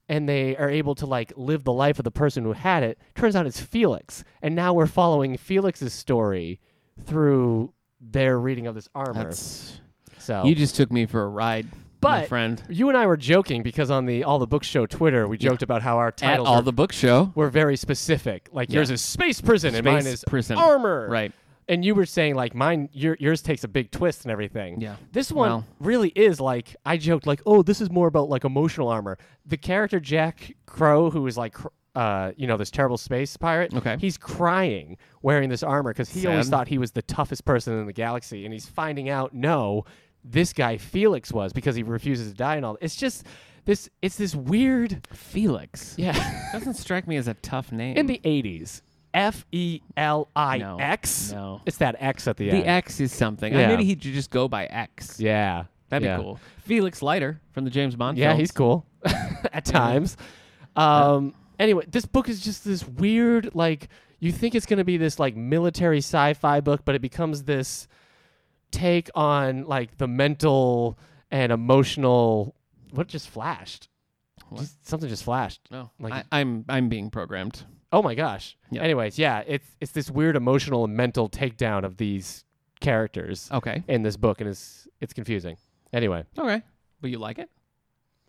Speaker 1: and they are able to like live the life of the person who had it. Turns out it's Felix. And now we're following Felix's story through their reading of this armor.
Speaker 2: That's.
Speaker 1: so
Speaker 2: You just took me for a ride, my
Speaker 1: But-
Speaker 2: friend.
Speaker 1: you and I were joking because on the all the book show Twitter we joked about how our
Speaker 2: At
Speaker 1: titles
Speaker 2: all
Speaker 1: were,
Speaker 2: the book show.
Speaker 1: were very specific. Like
Speaker 2: Yeah.
Speaker 1: yours is space prison and mine
Speaker 2: Space
Speaker 1: is
Speaker 2: prison.
Speaker 1: armor.
Speaker 2: Right.
Speaker 1: And you were saying like mine your, yours takes a big twist and everything.
Speaker 2: Yeah.
Speaker 1: This one
Speaker 2: Well-
Speaker 1: really is like I joked like, "Oh, this is more about like emotional armor." The character Jack Crow who is like cr- uh, you know, this terrible space pirate.
Speaker 2: Okay.
Speaker 1: He's crying wearing this armor because he always
Speaker 2: Sad.
Speaker 1: thought he was the toughest person in the galaxy, and he's finding out no, this guy Felix was because he refuses to die and all. It's just this. It's this weird.
Speaker 2: Felix.
Speaker 1: Yeah. <laughs>
Speaker 2: Doesn't strike me as a tough name.
Speaker 1: in the eighties, F E L I X.
Speaker 2: Mm. No.
Speaker 1: It's that X at the,
Speaker 2: the
Speaker 1: end.
Speaker 2: X is something.
Speaker 1: Yeah.
Speaker 2: I maybe he should just go by X.
Speaker 1: Yeah.
Speaker 2: That'd
Speaker 1: Yeah.
Speaker 2: be cool. Felix Leiter from the James Bond.
Speaker 1: Yeah,
Speaker 2: films.
Speaker 1: he's cool
Speaker 2: <laughs>
Speaker 1: <laughs> at times. Um, Anyway, this book is just this weird, like, you think it's going to be this, like, military sci fi book, but it becomes this take on, like, the mental and emotional. What just flashed?
Speaker 2: What?
Speaker 1: Just- something just flashed.
Speaker 2: No,
Speaker 1: Like-
Speaker 2: Oh, I, I'm I'm being programmed.
Speaker 1: Oh my gosh.
Speaker 2: Yeah.
Speaker 1: Anyways, yeah, it's, it's this weird emotional and mental takedown of these characters
Speaker 2: Okay.
Speaker 1: in this book, and it's, it's confusing. Anyway,
Speaker 2: Okay. But you like it?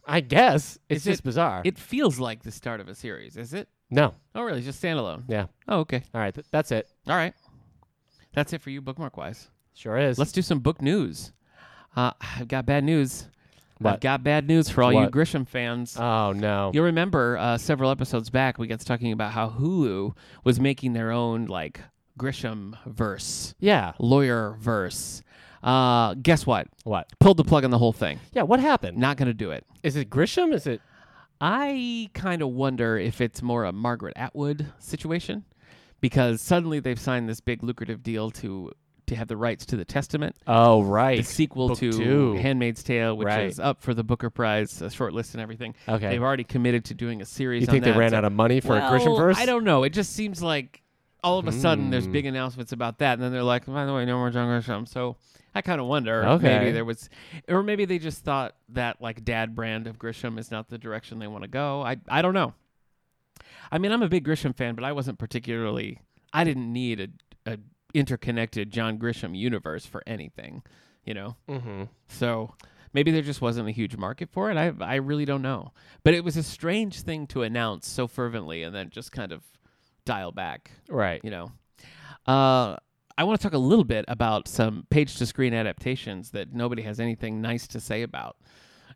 Speaker 1: I guess it's
Speaker 2: Is
Speaker 1: just
Speaker 2: it-
Speaker 1: bizarre.
Speaker 2: It feels like the start of a series, is it?
Speaker 1: no.
Speaker 2: Oh, really? Just standalone?
Speaker 1: Yeah.
Speaker 2: Oh, okay.
Speaker 1: All right. Th- that's it.
Speaker 2: All right. That's it for you, bookmark wise.
Speaker 1: Sure is.
Speaker 2: Let's do some book news. Uh, I've got bad news. I've
Speaker 1: What?
Speaker 2: got bad news for all you
Speaker 1: What?
Speaker 2: Grisham fans.
Speaker 1: Oh no.
Speaker 2: You'll remember uh, several episodes back, we got to talking about how Hulu was making their own like Grisham verse,
Speaker 1: yeah.
Speaker 2: lawyer verse. Uh, guess what?
Speaker 1: What?
Speaker 2: Pulled the plug on the whole thing.
Speaker 1: Yeah. What happened?
Speaker 2: Not going to do it.
Speaker 1: Is it Grisham? Is it?
Speaker 2: I kind of wonder if it's more a Margaret Atwood situation because suddenly they've signed this big lucrative deal to to have the rights to the Testament,
Speaker 1: Oh right.
Speaker 2: the sequel
Speaker 1: Book
Speaker 2: to
Speaker 1: two.
Speaker 2: Handmaid's Tale, which
Speaker 1: Right.
Speaker 2: is up for the Booker Prize, a short list and everything.
Speaker 1: <laughs> Okay.
Speaker 2: They've already committed to doing a series.
Speaker 1: you think
Speaker 2: on
Speaker 1: they
Speaker 2: that,
Speaker 1: ran
Speaker 2: so-
Speaker 1: out of money for
Speaker 2: well,
Speaker 1: a Grisham verse?
Speaker 2: I don't know. It just seems like all of a sudden there's
Speaker 1: Hmm.
Speaker 2: big announcements about that, and then they're like, by the way, no more John Grisham. So I kind of wonder. if
Speaker 1: Okay.
Speaker 2: Maybe there was, or maybe they just thought that like dad brand of Grisham is not the direction they want to go. I I don't know. I mean, I'm a big Grisham fan, but I wasn't particularly. I didn't need a, a interconnected John Grisham universe for anything, you know.
Speaker 1: Mm-hmm.
Speaker 2: So maybe there just wasn't a huge market for it. I I really don't know. But it was a strange thing to announce so fervently and then just kind of dial back,
Speaker 1: Right.
Speaker 2: you know. Uh I want to talk a little bit about some page to screen adaptations that nobody has anything nice to say about.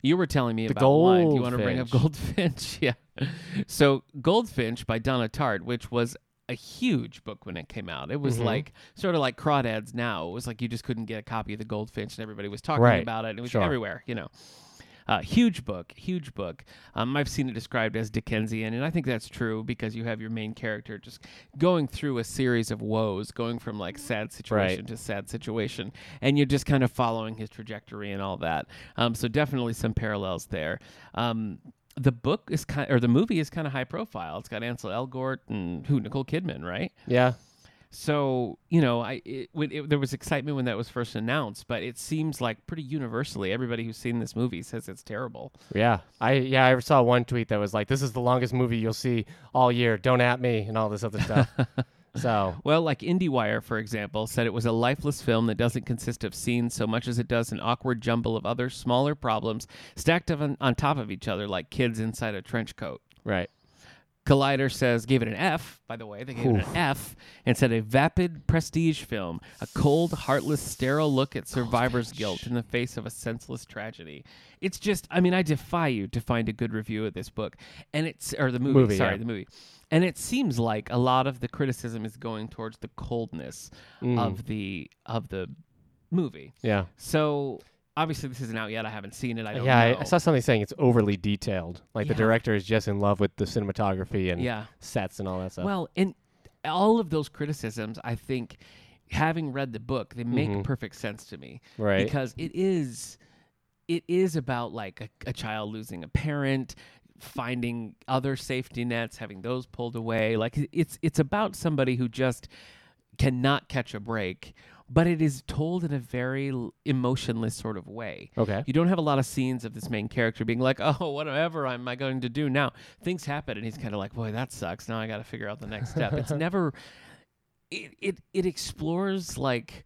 Speaker 2: You were telling me
Speaker 1: The
Speaker 2: about wine. Do you want to bring up Goldfinch? <laughs> yeah. So Goldfinch by Donna Tartt, which was a huge book when it came out. It was
Speaker 1: Mhm.
Speaker 2: like sort of like Crawdads now. It was like you just couldn't get a copy of the Goldfinch, and everybody was talking
Speaker 1: Right.
Speaker 2: about it. And it was
Speaker 1: Sure.
Speaker 2: everywhere, you know. Uh, huge book, huge book. Um, I've seen it described as Dickensian, and I think that's true because you have your main character just going through a series of woes, going from like sad situation to sad situation, and you're just kind of following his trajectory and all that. Um, so definitely some parallels there. Um, the book is kind, or the movie is kind of high profile. It's got Ansel Elgort and who Nicole Kidman, right?
Speaker 1: Yeah.
Speaker 2: So you know, I it, when it, there was excitement when that was first announced, but it seems like pretty universally everybody who's seen this movie says it's terrible.
Speaker 1: Yeah. I yeah, I saw one tweet that was like, This is the longest movie you'll see all year. Don't at me and all this other <laughs> stuff. so
Speaker 2: Well, like IndieWire, for example, said it was a lifeless film that doesn't consist of scenes so much as it does an awkward jumble of other smaller problems stacked on, on top of each other like kids inside a trench coat.
Speaker 1: Right.
Speaker 2: Collider says gave it an F, by the way. They gave it an F and said a vapid prestige film, a cold, heartless, sterile look
Speaker 1: Oh,
Speaker 2: at survivor's guilt in the face of a senseless tragedy. It's just, I mean, I defy you to find a good review of this book. And it's, or the movie,
Speaker 1: Movie,
Speaker 2: sorry,
Speaker 1: yeah.
Speaker 2: the movie. And it seems like a lot of the criticism is going towards the coldness
Speaker 1: Mm.
Speaker 2: of the, of the movie.
Speaker 1: Yeah.
Speaker 2: So obviously this isn't out yet. I haven't seen it. I don't
Speaker 1: yeah,
Speaker 2: know.
Speaker 1: I, I saw something saying it's overly detailed. Like the
Speaker 2: Yeah.
Speaker 1: director is just in love with the cinematography and
Speaker 2: Yeah.
Speaker 1: sets and all that stuff.
Speaker 2: Well, and all of those criticisms, I think, having read the book, they make
Speaker 1: Mhm.
Speaker 2: perfect sense to me
Speaker 1: right.
Speaker 2: because it is, it is about like a, a child losing a parent, finding other safety nets, having those pulled away. Like it- it's it's about somebody who just cannot catch a break, but it is told in a very l- emotionless sort of way.
Speaker 1: okay.
Speaker 2: You don't have a lot of scenes of this main character being like, "Oh, whatever am I going to do now?" Things happen, and he's kind of like, "Boy, that sucks. Now I got to figure out the next
Speaker 1: <laughs>
Speaker 2: step." It's never. It it it explores like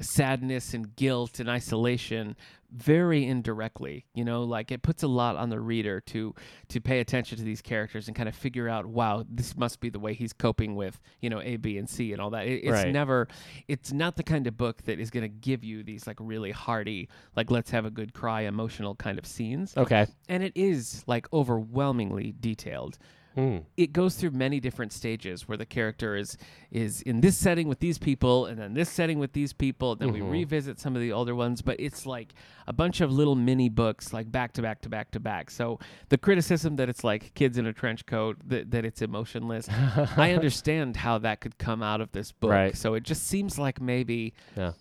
Speaker 2: sadness and guilt and isolation very indirectly you know like it puts a lot on the reader to to pay attention to these characters and kind of figure out wow this must be the way he's coping with you know a b and c and all that it, it's
Speaker 1: Right.
Speaker 2: never it's not the kind of book that is going to give you these like really hearty like let's have a good cry emotional kind of scenes
Speaker 1: Okay.
Speaker 2: and it is like overwhelmingly detailed
Speaker 1: Hmm.
Speaker 2: it goes through many different stages where the character is is in this setting with these people and then this setting with these people and then we revisit some of the older ones but it's like a bunch of little mini books like back to back to back to back so the criticism that it's like kids in a trench coat that, that it's emotionless
Speaker 1: <laughs>
Speaker 2: i understand how that could come out of this book
Speaker 1: Right.
Speaker 2: so it just seems like maybe
Speaker 1: Yeah.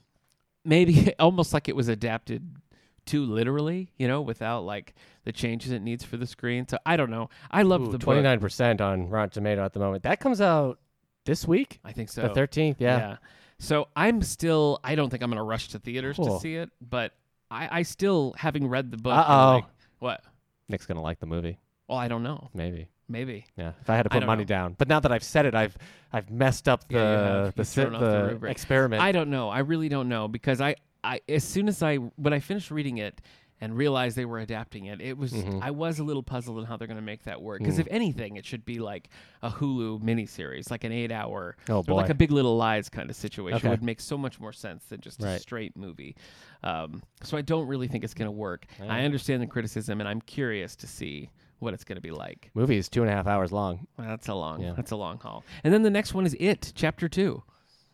Speaker 2: maybe <laughs> almost like it was adapted too literally you know without like the changes it needs for the screen so i don't know i love the book.
Speaker 1: Twenty nine percent on Rotten Tomato at the moment. That comes out this week,
Speaker 2: I think so.
Speaker 1: the thirteenth. Yeah.
Speaker 2: So I'm still. I don't think I'm gonna rush to theaters
Speaker 1: Cool.
Speaker 2: to see it, but I, I still, having read the book, I'm
Speaker 1: Uh-oh.
Speaker 2: like, what?
Speaker 1: Nick's gonna like the movie,
Speaker 2: Well, I don't know.
Speaker 1: maybe.
Speaker 2: Maybe.
Speaker 1: Yeah. If I had to
Speaker 2: I
Speaker 1: put
Speaker 2: don't
Speaker 1: money
Speaker 2: know.
Speaker 1: down, but now that I've said it, I've I've messed up the
Speaker 2: Yeah, you have.
Speaker 1: the,
Speaker 2: You've
Speaker 1: si-
Speaker 2: thrown off the
Speaker 1: the
Speaker 2: rubric.
Speaker 1: experiment.
Speaker 2: I don't know. I really don't know because I, I, as soon as I, when I finished reading it and realized they were adapting it, it was,
Speaker 1: Mhm.
Speaker 2: I was a little puzzled on how they're going to make that work.
Speaker 1: Hmm.
Speaker 2: Because if anything, it should be like a Hulu miniseries, like an eight hour,
Speaker 1: Oh,
Speaker 2: or like
Speaker 1: boy.
Speaker 2: a Big Little Lies kind of situation.
Speaker 1: Okay.
Speaker 2: would make so much more sense than just a
Speaker 1: Right.
Speaker 2: straight movie. Um, so I don't really think it's going to work. I understand the criticism and I'm curious to see what it's going to be like.
Speaker 1: movie is two and a half hours long.
Speaker 2: Well, that's a long,
Speaker 1: Yeah.
Speaker 2: that's a long haul. And then the next one is It, Chapter Two.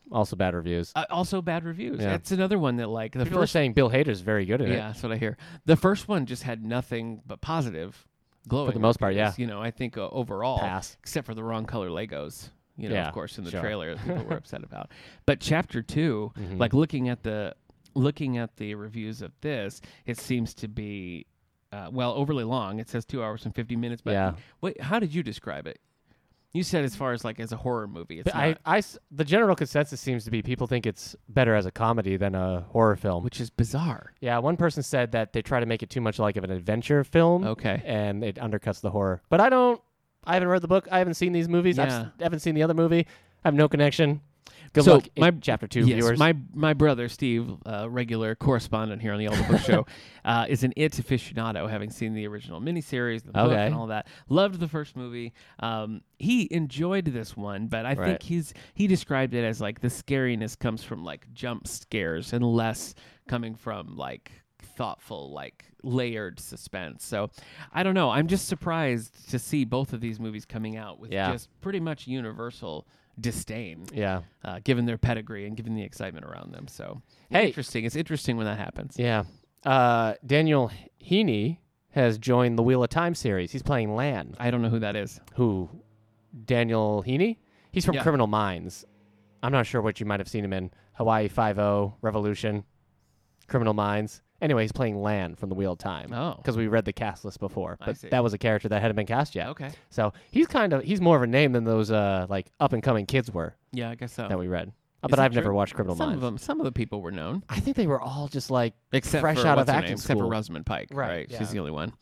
Speaker 1: Also bad reviews.
Speaker 2: Uh, also bad reviews.
Speaker 1: Yeah.
Speaker 2: That's another one that like the
Speaker 1: People are
Speaker 2: first.
Speaker 1: saying Bill Hader's very good at
Speaker 2: Yeah,
Speaker 1: it.
Speaker 2: that's what I hear. The first one just had nothing but positive, glowing.
Speaker 1: most part,
Speaker 2: reviews,
Speaker 1: yeah.
Speaker 2: You know, I think uh, overall,
Speaker 1: Pass.
Speaker 2: except for the wrong color Legos. You know,
Speaker 1: Yeah,
Speaker 2: of course, in the
Speaker 1: sure. Mm-hmm.
Speaker 2: trailer, that people
Speaker 1: <laughs>
Speaker 2: were upset about. But chapter 2 like looking at the looking at the reviews of this, it seems to be. Uh, well, overly long. It says two hours and fifty minutes. But
Speaker 1: Yeah.
Speaker 2: wait, how did you describe it? You said as far as like as a horror movie. It's
Speaker 1: But I,
Speaker 2: not,
Speaker 1: I s- the general consensus seems to be people think it's better as a comedy than a horror film.
Speaker 2: which is bizarre.
Speaker 1: yeah, one person said that they try to make it too much like of an adventure film.
Speaker 2: Okay.
Speaker 1: and it undercuts the horror. But I don't. I haven't read the book. I haven't seen these movies. I've s-
Speaker 2: Yeah.
Speaker 1: haven't seen the other movie. I have no connection. Good
Speaker 2: So,
Speaker 1: luck, in
Speaker 2: my-
Speaker 1: chapter two
Speaker 2: yes,
Speaker 1: viewers.
Speaker 2: My my brother Steve, uh, regular correspondent here on the All the Book Show,
Speaker 1: <laughs>
Speaker 2: uh, is an It aficionado, having seen the original miniseries, the book,
Speaker 1: Okay.
Speaker 2: and all that. Loved the first movie. Um, he enjoyed this one, but I think
Speaker 1: Right.
Speaker 2: he's he described it as like the scariness comes from like jump scares and less coming from like thoughtful, like layered suspense. So I don't know. I'm just surprised to see both of these movies coming out with
Speaker 1: Yeah.
Speaker 2: just pretty much universal disdain,
Speaker 1: Yeah.
Speaker 2: uh, given their pedigree and given the excitement around them. So
Speaker 1: Hey.
Speaker 2: interesting. It's interesting when that happens.
Speaker 1: Yeah. Uh, Daniel Heaney has joined the Wheel of Time series. He's playing Lan.
Speaker 2: I don't know who that is.
Speaker 1: Who? Daniel Heaney? He's from
Speaker 2: Yeah.
Speaker 1: Criminal Minds. I'm not sure what you might have seen him in Hawaii Five O, Revolution, Criminal Minds. Anyway, he's playing Lan from the Wheel of Time.
Speaker 2: Oh.
Speaker 1: Because we read the cast list before,
Speaker 2: I
Speaker 1: but
Speaker 2: see.
Speaker 1: that was a character that hadn't been cast yet.
Speaker 2: Okay.
Speaker 1: So he's kind of he's more of a name than those uh like up and coming kids were
Speaker 2: Yeah, I guess so.
Speaker 1: that we read. Uh,
Speaker 2: Is
Speaker 1: but
Speaker 2: that
Speaker 1: I've never
Speaker 2: true?
Speaker 1: watched Criminal
Speaker 2: some
Speaker 1: Minds.
Speaker 2: of them, some of the people were known,
Speaker 1: I think they were all just like
Speaker 2: except
Speaker 1: Fresh
Speaker 2: for,
Speaker 1: out of
Speaker 2: what's her
Speaker 1: acting
Speaker 2: name? except for
Speaker 1: school.
Speaker 2: Rosamund Pike.
Speaker 1: Right,
Speaker 2: Right.
Speaker 1: yeah.
Speaker 2: She's the only one.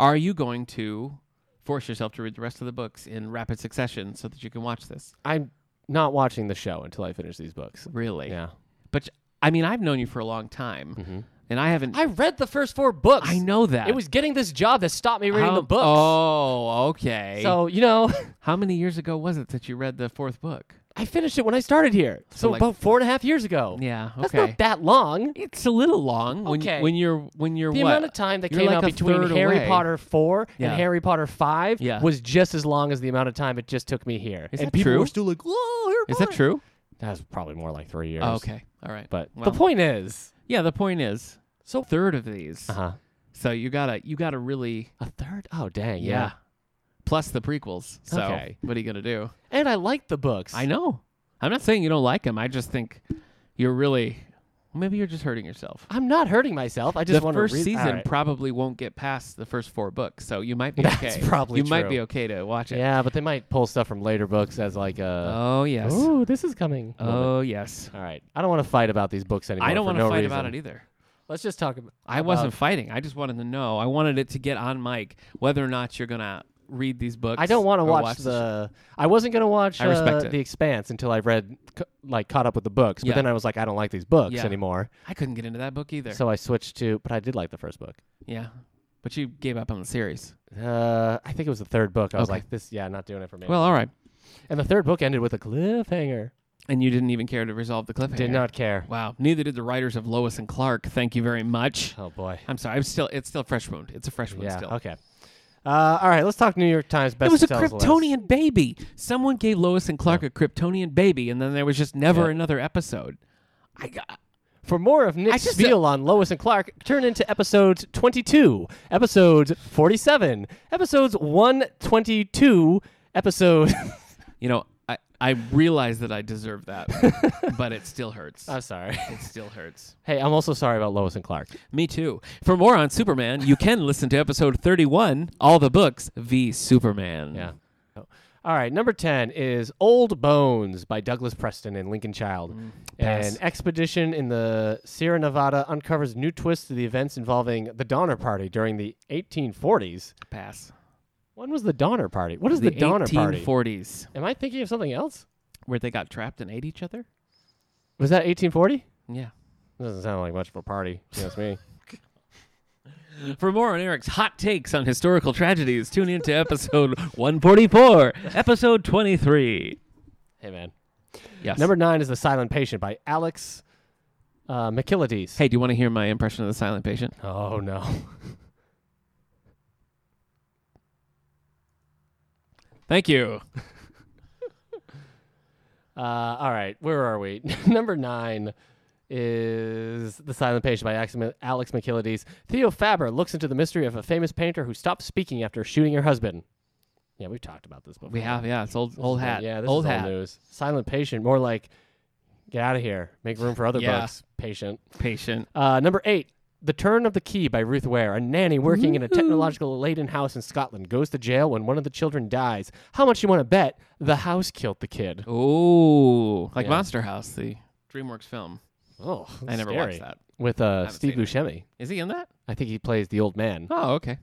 Speaker 2: Are you going to force yourself to read the rest of the books in rapid succession so that you can watch this?
Speaker 1: I'm not watching the show until I finish these books.
Speaker 2: Really?
Speaker 1: Yeah.
Speaker 2: But I mean, I've known you for a long time,
Speaker 1: Mhm.
Speaker 2: and I haven't.
Speaker 1: I read the first four books.
Speaker 2: I know that
Speaker 1: It was getting this job that stopped me reading
Speaker 2: How-
Speaker 1: the books.
Speaker 2: Oh, okay.
Speaker 1: So, you know, <laughs>
Speaker 2: how many years ago was it that you read the fourth book?
Speaker 1: I finished it when I started here. So,
Speaker 2: like-
Speaker 1: about four and a half years ago.
Speaker 2: Yeah.
Speaker 1: That's
Speaker 2: okay.
Speaker 1: not that long.
Speaker 2: it's a little long when
Speaker 1: Okay.
Speaker 2: when you're when you're
Speaker 1: The
Speaker 2: what?
Speaker 1: amount of time that
Speaker 2: You're
Speaker 1: came
Speaker 2: like
Speaker 1: out
Speaker 2: a
Speaker 1: between
Speaker 2: third
Speaker 1: Harry
Speaker 2: away.
Speaker 1: Potter 4
Speaker 2: Yeah.
Speaker 1: and Harry Potter 5
Speaker 2: Yeah.
Speaker 1: was just as long as the amount of time it just took me here.
Speaker 2: Is
Speaker 1: and
Speaker 2: that
Speaker 1: people
Speaker 2: true?
Speaker 1: were still like, whoa, Harry
Speaker 2: Is
Speaker 1: Potter.
Speaker 2: that true?
Speaker 1: That was probably more like three years.
Speaker 2: Oh, okay. All right.
Speaker 1: But
Speaker 2: Well.
Speaker 1: the point is,
Speaker 2: yeah, the point is, so third of these.
Speaker 1: uh-huh,
Speaker 2: So you gotta you gotta really
Speaker 1: a third? Oh, dang.
Speaker 2: yeah.
Speaker 1: Yeah.
Speaker 2: Plus the prequels. So
Speaker 1: Okay.
Speaker 2: what are you gonna do?
Speaker 1: And I liked the books.
Speaker 2: I know. I'm not saying you don't like them. I just think you're really maybe you're just hurting yourself.
Speaker 1: I'm not hurting myself. I just
Speaker 2: the
Speaker 1: want
Speaker 2: first
Speaker 1: to read.
Speaker 2: season
Speaker 1: Alright.
Speaker 2: probably won't get past the first four books, so you might be
Speaker 1: That's
Speaker 2: okay.
Speaker 1: probably
Speaker 2: you might
Speaker 1: true.
Speaker 2: be okay to watch it.
Speaker 1: Yeah, but they might pull stuff from later books as like a.
Speaker 2: Oh yes.
Speaker 1: Oh, this is coming. moment.
Speaker 2: Oh yes.
Speaker 1: All right. I don't want to fight about these books anymore.
Speaker 2: I don't
Speaker 1: want to
Speaker 2: wanna
Speaker 1: no
Speaker 2: fight
Speaker 1: reason.
Speaker 2: about it either.
Speaker 1: Let's just talk about.
Speaker 2: I wasn't fighting. I just wanted to know. I wanted it to get on mic whether or not you're gonna read these books.
Speaker 1: I don't want to
Speaker 2: or
Speaker 1: watch,
Speaker 2: watch the
Speaker 1: the. I wasn't gonna watch
Speaker 2: I respect
Speaker 1: uh,
Speaker 2: it.
Speaker 1: the Expanse until I read, c- like, caught up with the books. But
Speaker 2: Yeah.
Speaker 1: then I was like, I don't like these books
Speaker 2: Yeah.
Speaker 1: anymore.
Speaker 2: I couldn't get into that book either.
Speaker 1: So I switched to. But I did like the first book.
Speaker 2: yeah, but you gave up on the series.
Speaker 1: Uh, I think it was the third book. I was
Speaker 2: Okay.
Speaker 1: like, this, yeah, not doing it for me.
Speaker 2: Well, all right.
Speaker 1: and the third book ended with a cliffhanger.
Speaker 2: And you didn't even care to resolve the cliffhanger.
Speaker 1: Did not care.
Speaker 2: Wow. Neither did the writers of Lois and Clark. Thank you very much.
Speaker 1: Oh boy.
Speaker 2: I'm sorry. I'm still. It's still fresh wound. It's a fresh wound
Speaker 1: Yeah.
Speaker 2: still.
Speaker 1: Okay. Uh, all right. Let's talk New York Times best.
Speaker 2: It was a
Speaker 1: Sells list.
Speaker 2: Kryptonian baby. Someone gave Lois and Clark a Kryptonian baby, and then there was just never
Speaker 1: Yeah.
Speaker 2: another episode. I got.
Speaker 1: For more of
Speaker 2: I
Speaker 1: Nick's
Speaker 2: just- uh,
Speaker 1: spiel on Lois and Clark, turn into episodes 22, episodes 47, episodes 122, episode. <laughs>
Speaker 2: You know, I I realize that I deserve that,
Speaker 1: <laughs>
Speaker 2: but it still hurts.
Speaker 1: I'm sorry.
Speaker 2: it still hurts.
Speaker 1: Hey, I'm also sorry about Lois and Clark.
Speaker 2: Me too. For more on Superman, you can listen to episode 31, All the Books v Superman.
Speaker 1: Yeah. Oh. All right, number 10 is Old Bones by Douglas Preston and Lincoln Child.
Speaker 2: Mm. pass.
Speaker 1: An expedition in the Sierra Nevada uncovers new twists to the events involving the Donner Party during the 1840s.
Speaker 2: Pass.
Speaker 1: When was the Donner Party? What is the, Donner Party?
Speaker 2: 1840s,
Speaker 1: Am I thinking of something else?
Speaker 2: where they got trapped and ate each other?
Speaker 1: Was that 1840?
Speaker 2: Yeah.
Speaker 1: Doesn't sound like much of a party. That's
Speaker 2: <laughs>
Speaker 1: me.
Speaker 2: For more on Eric's hot takes on historical tragedies, tune in to episode 144, episode 23.
Speaker 1: hey, man.
Speaker 2: Yes.
Speaker 1: Number nine is The Silent Patient by Alex uh, McKillides.
Speaker 2: hey, do you want to hear my impression of the silent patient?
Speaker 1: Oh, no.
Speaker 2: Thank you.
Speaker 1: Uh, all right. Where are we? <laughs> Number nine is The Silent Patient by Alex Mi- Alex McKillides. Theo Faber looks into the mystery of a famous painter who stopped speaking after shooting her husband. Yeah, we've talked about this before.
Speaker 2: We have, yeah, it's old
Speaker 1: This
Speaker 2: old
Speaker 1: is-
Speaker 2: hat.
Speaker 1: Yeah, this
Speaker 2: old
Speaker 1: is
Speaker 2: hat.
Speaker 1: old news. Silent Patient, more like get out of here, make room for other
Speaker 2: Yeah.
Speaker 1: books. Patient.
Speaker 2: Patient.
Speaker 1: Uh, number eight, The Turn of the Key by Ruth Ware. A nanny working in a technological laden house in Scotland goes to jail when one of the children dies. How much you want to bet the house killed the kid?
Speaker 2: Oh, like
Speaker 1: Yeah.
Speaker 2: Monster House, the DreamWorks film.
Speaker 1: Oh,
Speaker 2: I never
Speaker 1: scary.
Speaker 2: watched that.
Speaker 1: With uh,
Speaker 2: haven't
Speaker 1: Steve
Speaker 2: seen it.
Speaker 1: Buscemi.
Speaker 2: Is he in that?
Speaker 1: I think he plays the old man.
Speaker 2: Oh, okay.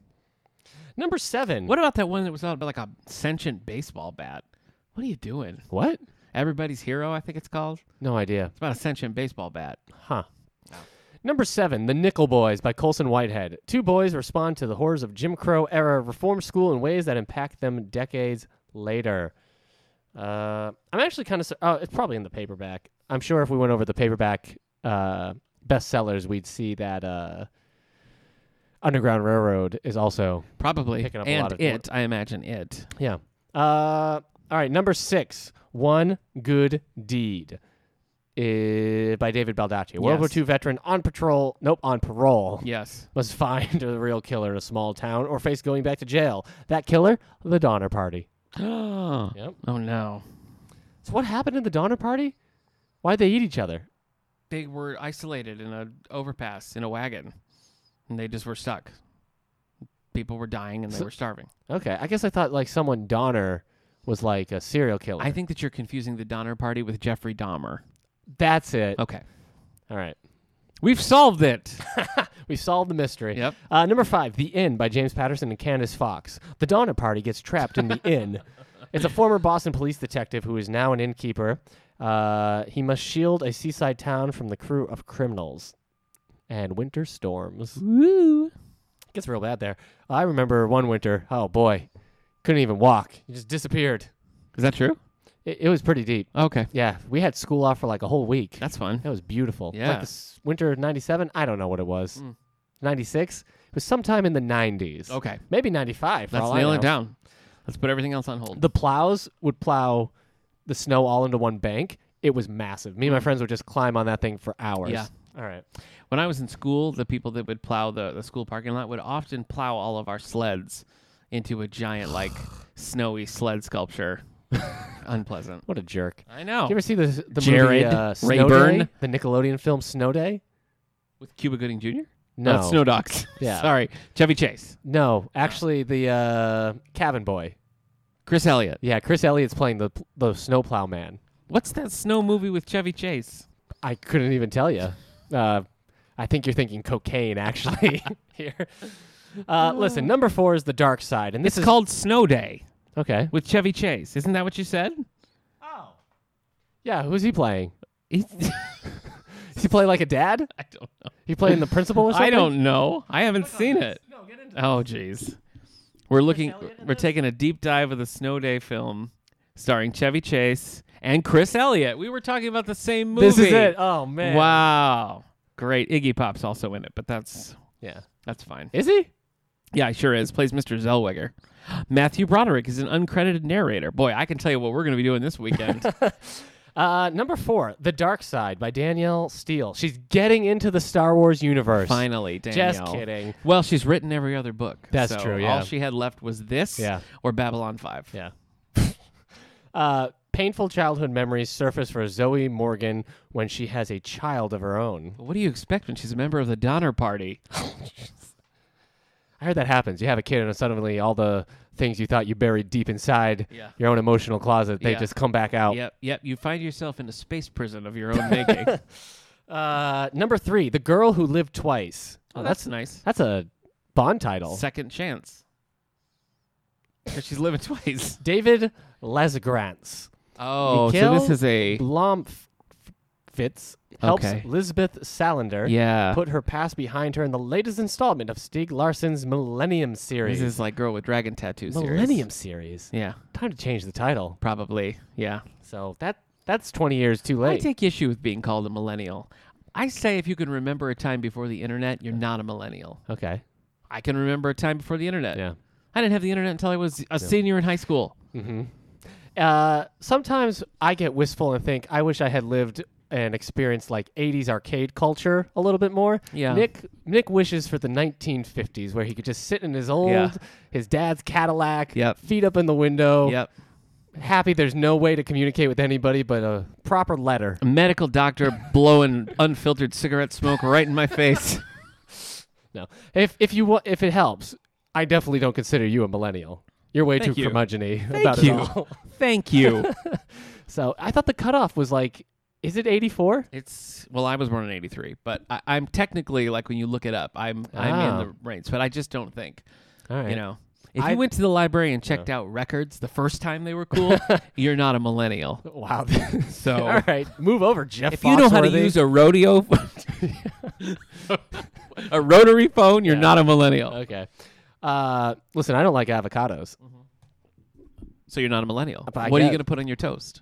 Speaker 1: Number seven.
Speaker 2: What about that one that was out about like a sentient baseball bat? What are you doing?
Speaker 1: What?
Speaker 2: Everybody's Hero, I think it's called.
Speaker 1: No idea.
Speaker 2: It's about a sentient baseball bat.
Speaker 1: Huh. Number seven, The Nickel Boys by Colson Whitehead. Two boys respond to the horrors of Jim Crow era reform school in ways that impact them decades later. Uh, I'm actually kind of. Oh, it's probably in the paperback. I'm sure if we went over the paperback uh, bestsellers, we'd see that uh, Underground Railroad is also
Speaker 2: Probably.
Speaker 1: Picking up a
Speaker 2: and
Speaker 1: lot of-
Speaker 2: it, I imagine it.
Speaker 1: yeah. Uh, all right, number six, One Good Deed, i- by David Baldacci. World War
Speaker 2: Yes.
Speaker 1: II veteran on patrol. Nope, on parole.
Speaker 2: <gasps> Yes.
Speaker 1: Must find the real killer in a small town or face going back to jail. That killer, the Donner Party.
Speaker 2: Oh.
Speaker 1: Yep.
Speaker 2: Oh no.
Speaker 1: So what happened in the Donner Party? Why'd they eat each other?
Speaker 2: They were isolated in a overpass in a wagon, and they just were stuck. People were dying and they
Speaker 1: So-
Speaker 2: were starving.
Speaker 1: Okay, I guess I thought like someone Donner was like a serial killer.
Speaker 2: I think that you're confusing the Donner Party with Jeffrey Dahmer.
Speaker 1: That's it.
Speaker 2: Okay.
Speaker 1: All right.
Speaker 2: We've solved it.
Speaker 1: We solved the mystery.
Speaker 2: Yep.
Speaker 1: Uh, number five, The Inn by James Patterson and Candace Fox. The Donner Party gets trapped
Speaker 2: <laughs>
Speaker 1: in the inn. It's a former Boston police detective who is now an innkeeper. Uh, he must shield a seaside town from the crew of criminals and winter storms.
Speaker 2: Woo.
Speaker 1: Gets real bad there. I remember one winter. Oh boy, couldn't even walk. He just disappeared.
Speaker 2: Is that true?
Speaker 1: It, it was pretty deep.
Speaker 2: Okay.
Speaker 1: Yeah, we had school off for like a whole week.
Speaker 2: That's fun.
Speaker 1: That was beautiful.
Speaker 2: Yeah.
Speaker 1: Like this winter of 97? I don't know what it was.
Speaker 2: Mm.
Speaker 1: 96? It was sometime in the 90s.
Speaker 2: Okay.
Speaker 1: Maybe 95. for
Speaker 2: Let's
Speaker 1: all I
Speaker 2: nail it
Speaker 1: know.
Speaker 2: down. Let's put everything else on hold.
Speaker 1: The plows would plow the snow all into one bank. It was massive. Me and my friends would just climb on that thing for hours.
Speaker 2: Mm. Yeah.
Speaker 1: All right.
Speaker 2: When I was in school, the people that would plow the, the school parking lot would often plow all of our sleds into a
Speaker 1: <sighs>
Speaker 2: giant, like, snowy
Speaker 1: <laughs>
Speaker 2: sled sculpture. Unpleasant.
Speaker 1: What a jerk.
Speaker 2: I know.
Speaker 1: Did you ever see the, the
Speaker 2: Oh. Jared
Speaker 1: movie uh, Snow
Speaker 2: Rayburn.
Speaker 1: Day? The Nickelodeon film Snow Day?
Speaker 2: With Cuba Gooding Jr.?
Speaker 1: No.
Speaker 2: Not Snow Dogs. <laughs>
Speaker 1: Yeah.
Speaker 2: Sorry. Chevy Chase.
Speaker 1: No. Actually, the uh, cabin boy.
Speaker 2: Chris Elliott.
Speaker 1: Yeah, Chris Elliott's playing the, pl- the snowplow man.
Speaker 2: What's that snow movie with Chevy Chase?
Speaker 1: I couldn't even tell you. Uh, I think you're thinking cocaine, actually. <laughs> here, uh, listen.
Speaker 2: <laughs>
Speaker 1: Number four is the dark side, and this
Speaker 2: It's
Speaker 1: is
Speaker 2: called Snow Day
Speaker 1: okay.
Speaker 2: with Chevy Chase. Isn't that what you said?
Speaker 1: Oh, yeah. Who's he playing?
Speaker 2: He's-
Speaker 1: Does he play like a dad?
Speaker 2: <laughs> I don't know.
Speaker 1: He playing the principal or something?
Speaker 2: <laughs> I don't know. I haven't seen it.
Speaker 1: No, get into
Speaker 2: Oh, jeez. We're looking.
Speaker 1: Elliott in
Speaker 2: We're
Speaker 1: this?
Speaker 2: taking a deep dive of the Snow Day film, starring Chevy Chase and Chris Elliott. We were talking about the same movie.
Speaker 1: This is it. Oh man.
Speaker 2: Wow, great. Iggy Pop's also in it, but that's
Speaker 1: Yeah.
Speaker 2: that's fine.
Speaker 1: Is he?
Speaker 2: Yeah, he sure is. Plays Mr. Zellweger. <gasps> Matthew Broderick is an uncredited narrator. Boy, I can tell you what we're going to be doing this
Speaker 1: <laughs>
Speaker 2: weekend.
Speaker 1: Uh, number four, The Dark Side by Danielle Steele. She's getting into the Star Wars universe.
Speaker 2: Finally, Danielle.
Speaker 1: Just kidding.
Speaker 2: Well, she's written every other book.
Speaker 1: That's
Speaker 2: so
Speaker 1: true, yeah.
Speaker 2: All she had left was this
Speaker 1: Yeah.
Speaker 2: or Babylon 5.
Speaker 1: Yeah. <laughs> uh, painful childhood memories surface for Zoe Morgan when she has a child of her own.
Speaker 2: What do you expect when she's a member of the Donner Party?
Speaker 1: I heard that happens. You have a kid, and suddenly all the things you thought you buried deep inside
Speaker 2: Yeah.
Speaker 1: your own emotional closet, they
Speaker 2: Yeah.
Speaker 1: just come back out.
Speaker 2: Yep, yep. You find yourself in a space prison of your own <laughs> making. oh,
Speaker 1: Uh, number three, The Girl Who Lived Twice. Oh,
Speaker 2: that's,
Speaker 1: that's,
Speaker 2: nice.
Speaker 1: that's a Bond title.
Speaker 2: Second chance. 'Cause she's living twice.
Speaker 1: David Lesgrance.
Speaker 2: Oh, so
Speaker 1: Mikhail
Speaker 2: this is a
Speaker 1: Blomfitz helps
Speaker 2: Okay.
Speaker 1: Lisbeth Salander
Speaker 2: yeah.
Speaker 1: put her past behind her in the latest installment of Stieg Larsson's Millennium series.
Speaker 2: This is like Girl with Dragon Tattoo series.
Speaker 1: Millennium series.
Speaker 2: Yeah,
Speaker 1: Time to change the title.
Speaker 2: probably. Yeah.
Speaker 1: So that that's 20 years too
Speaker 2: I
Speaker 1: late.
Speaker 2: take issue with being called a millennial. I say if you can remember a time before the internet, you're not a millennial.
Speaker 1: okay.
Speaker 2: I can remember a time before the internet.
Speaker 1: Yeah.
Speaker 2: I didn't have the internet until I was a senior in high school.
Speaker 1: Mm-hmm. Uh, sometimes I get wistful and think I wish I had lived and experienced like 80s arcade culture a little bit more.
Speaker 2: Yeah.
Speaker 1: Nick Nick wishes for the 1950s where he could just sit in his old
Speaker 2: Yeah.
Speaker 1: his dad's Cadillac,
Speaker 2: Yep.
Speaker 1: feet up in the window,
Speaker 2: Yep.
Speaker 1: happy there's no way to communicate with anybody but a proper letter.
Speaker 2: A medical doctor blowing unfiltered cigarette smoke right in my face.
Speaker 1: <laughs>
Speaker 2: <laughs>
Speaker 1: No. If if you wa- if it helps, I definitely don't consider you a millennial. You're way
Speaker 2: Thank
Speaker 1: too
Speaker 2: you.
Speaker 1: curmudgeony
Speaker 2: Thank
Speaker 1: about
Speaker 2: you.
Speaker 1: it all. <laughs>
Speaker 2: Thank you.
Speaker 1: So I thought the cutoff was like, is it 84?
Speaker 2: <laughs> It's well, I was born in '83, but I, I'm technically like when you look it up, I'm I'm
Speaker 1: Ah.
Speaker 2: in the range, but I just don't think
Speaker 1: All right.
Speaker 2: you know. If
Speaker 1: I-
Speaker 2: you went to the library and checked out records the first time they were <laughs> cool, you're not a millennial.
Speaker 1: <laughs> Wow.
Speaker 2: So <laughs>
Speaker 1: All right. Move over, Jeff.
Speaker 2: Oh. if you know how to
Speaker 1: Foxworthy.
Speaker 2: use a rodeo, <laughs> a rotary phone, you're
Speaker 1: Yeah.
Speaker 2: not a millennial.
Speaker 1: Okay. Uh, listen, I don't like avocados.
Speaker 2: Mm-hmm. so you're not a millennial.
Speaker 1: But I
Speaker 2: What are you
Speaker 1: guess-
Speaker 2: gonna put on your toast?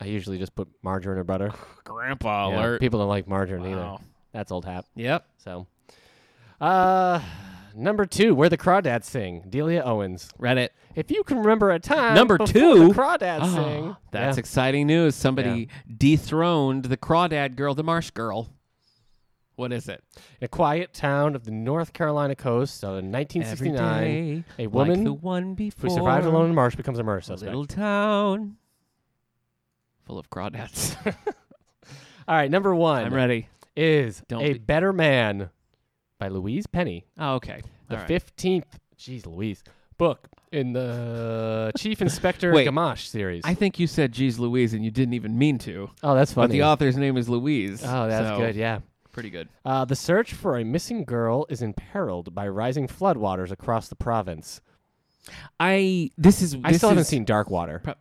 Speaker 1: I usually just put margarine or butter.
Speaker 2: Grandpa
Speaker 1: Yeah, people don't like margarine
Speaker 2: Wow.
Speaker 1: either. That's old hat.
Speaker 2: Yep.
Speaker 1: So, uh, Number two, where the crawdads sing, Delia Owens.
Speaker 2: Reddit.
Speaker 1: If you can remember a time,
Speaker 2: Number
Speaker 1: before
Speaker 2: two?
Speaker 1: the
Speaker 2: <gasps>
Speaker 1: crawdads sing.
Speaker 2: Ah, that's
Speaker 1: Yeah.
Speaker 2: exciting news. Somebody dethroned the crawdad girl, the marsh girl. What is it?
Speaker 1: in a quiet town of the North Carolina coast uh, in 1969.
Speaker 2: Every day,
Speaker 1: a woman
Speaker 2: like the one before,
Speaker 1: Who survived alone in a marsh becomes a murder
Speaker 2: A
Speaker 1: suspect.
Speaker 2: little town full of crawdads.
Speaker 1: <laughs> All right, number one
Speaker 2: I'm ready.
Speaker 1: is
Speaker 2: Don't
Speaker 1: A
Speaker 2: be-
Speaker 1: Better Man by Louise Penny.
Speaker 2: Oh, okay.
Speaker 1: The
Speaker 2: All right.
Speaker 1: 15th, jeez Louise, book in
Speaker 2: <laughs>
Speaker 1: the Chief Inspector
Speaker 2: Wait.
Speaker 1: Gamache series.
Speaker 2: I think you said "Geez Louise" and you didn't even mean to.
Speaker 1: oh, that's
Speaker 2: But
Speaker 1: funny.
Speaker 2: the author's name is Louise.
Speaker 1: oh, that's
Speaker 2: so
Speaker 1: good, yeah.
Speaker 2: Pretty good.
Speaker 1: Uh, the search for a missing girl is imperiled by rising floodwaters across the province.
Speaker 2: I this is
Speaker 1: I
Speaker 2: this
Speaker 1: still haven't
Speaker 2: is-
Speaker 1: seen Darkwater.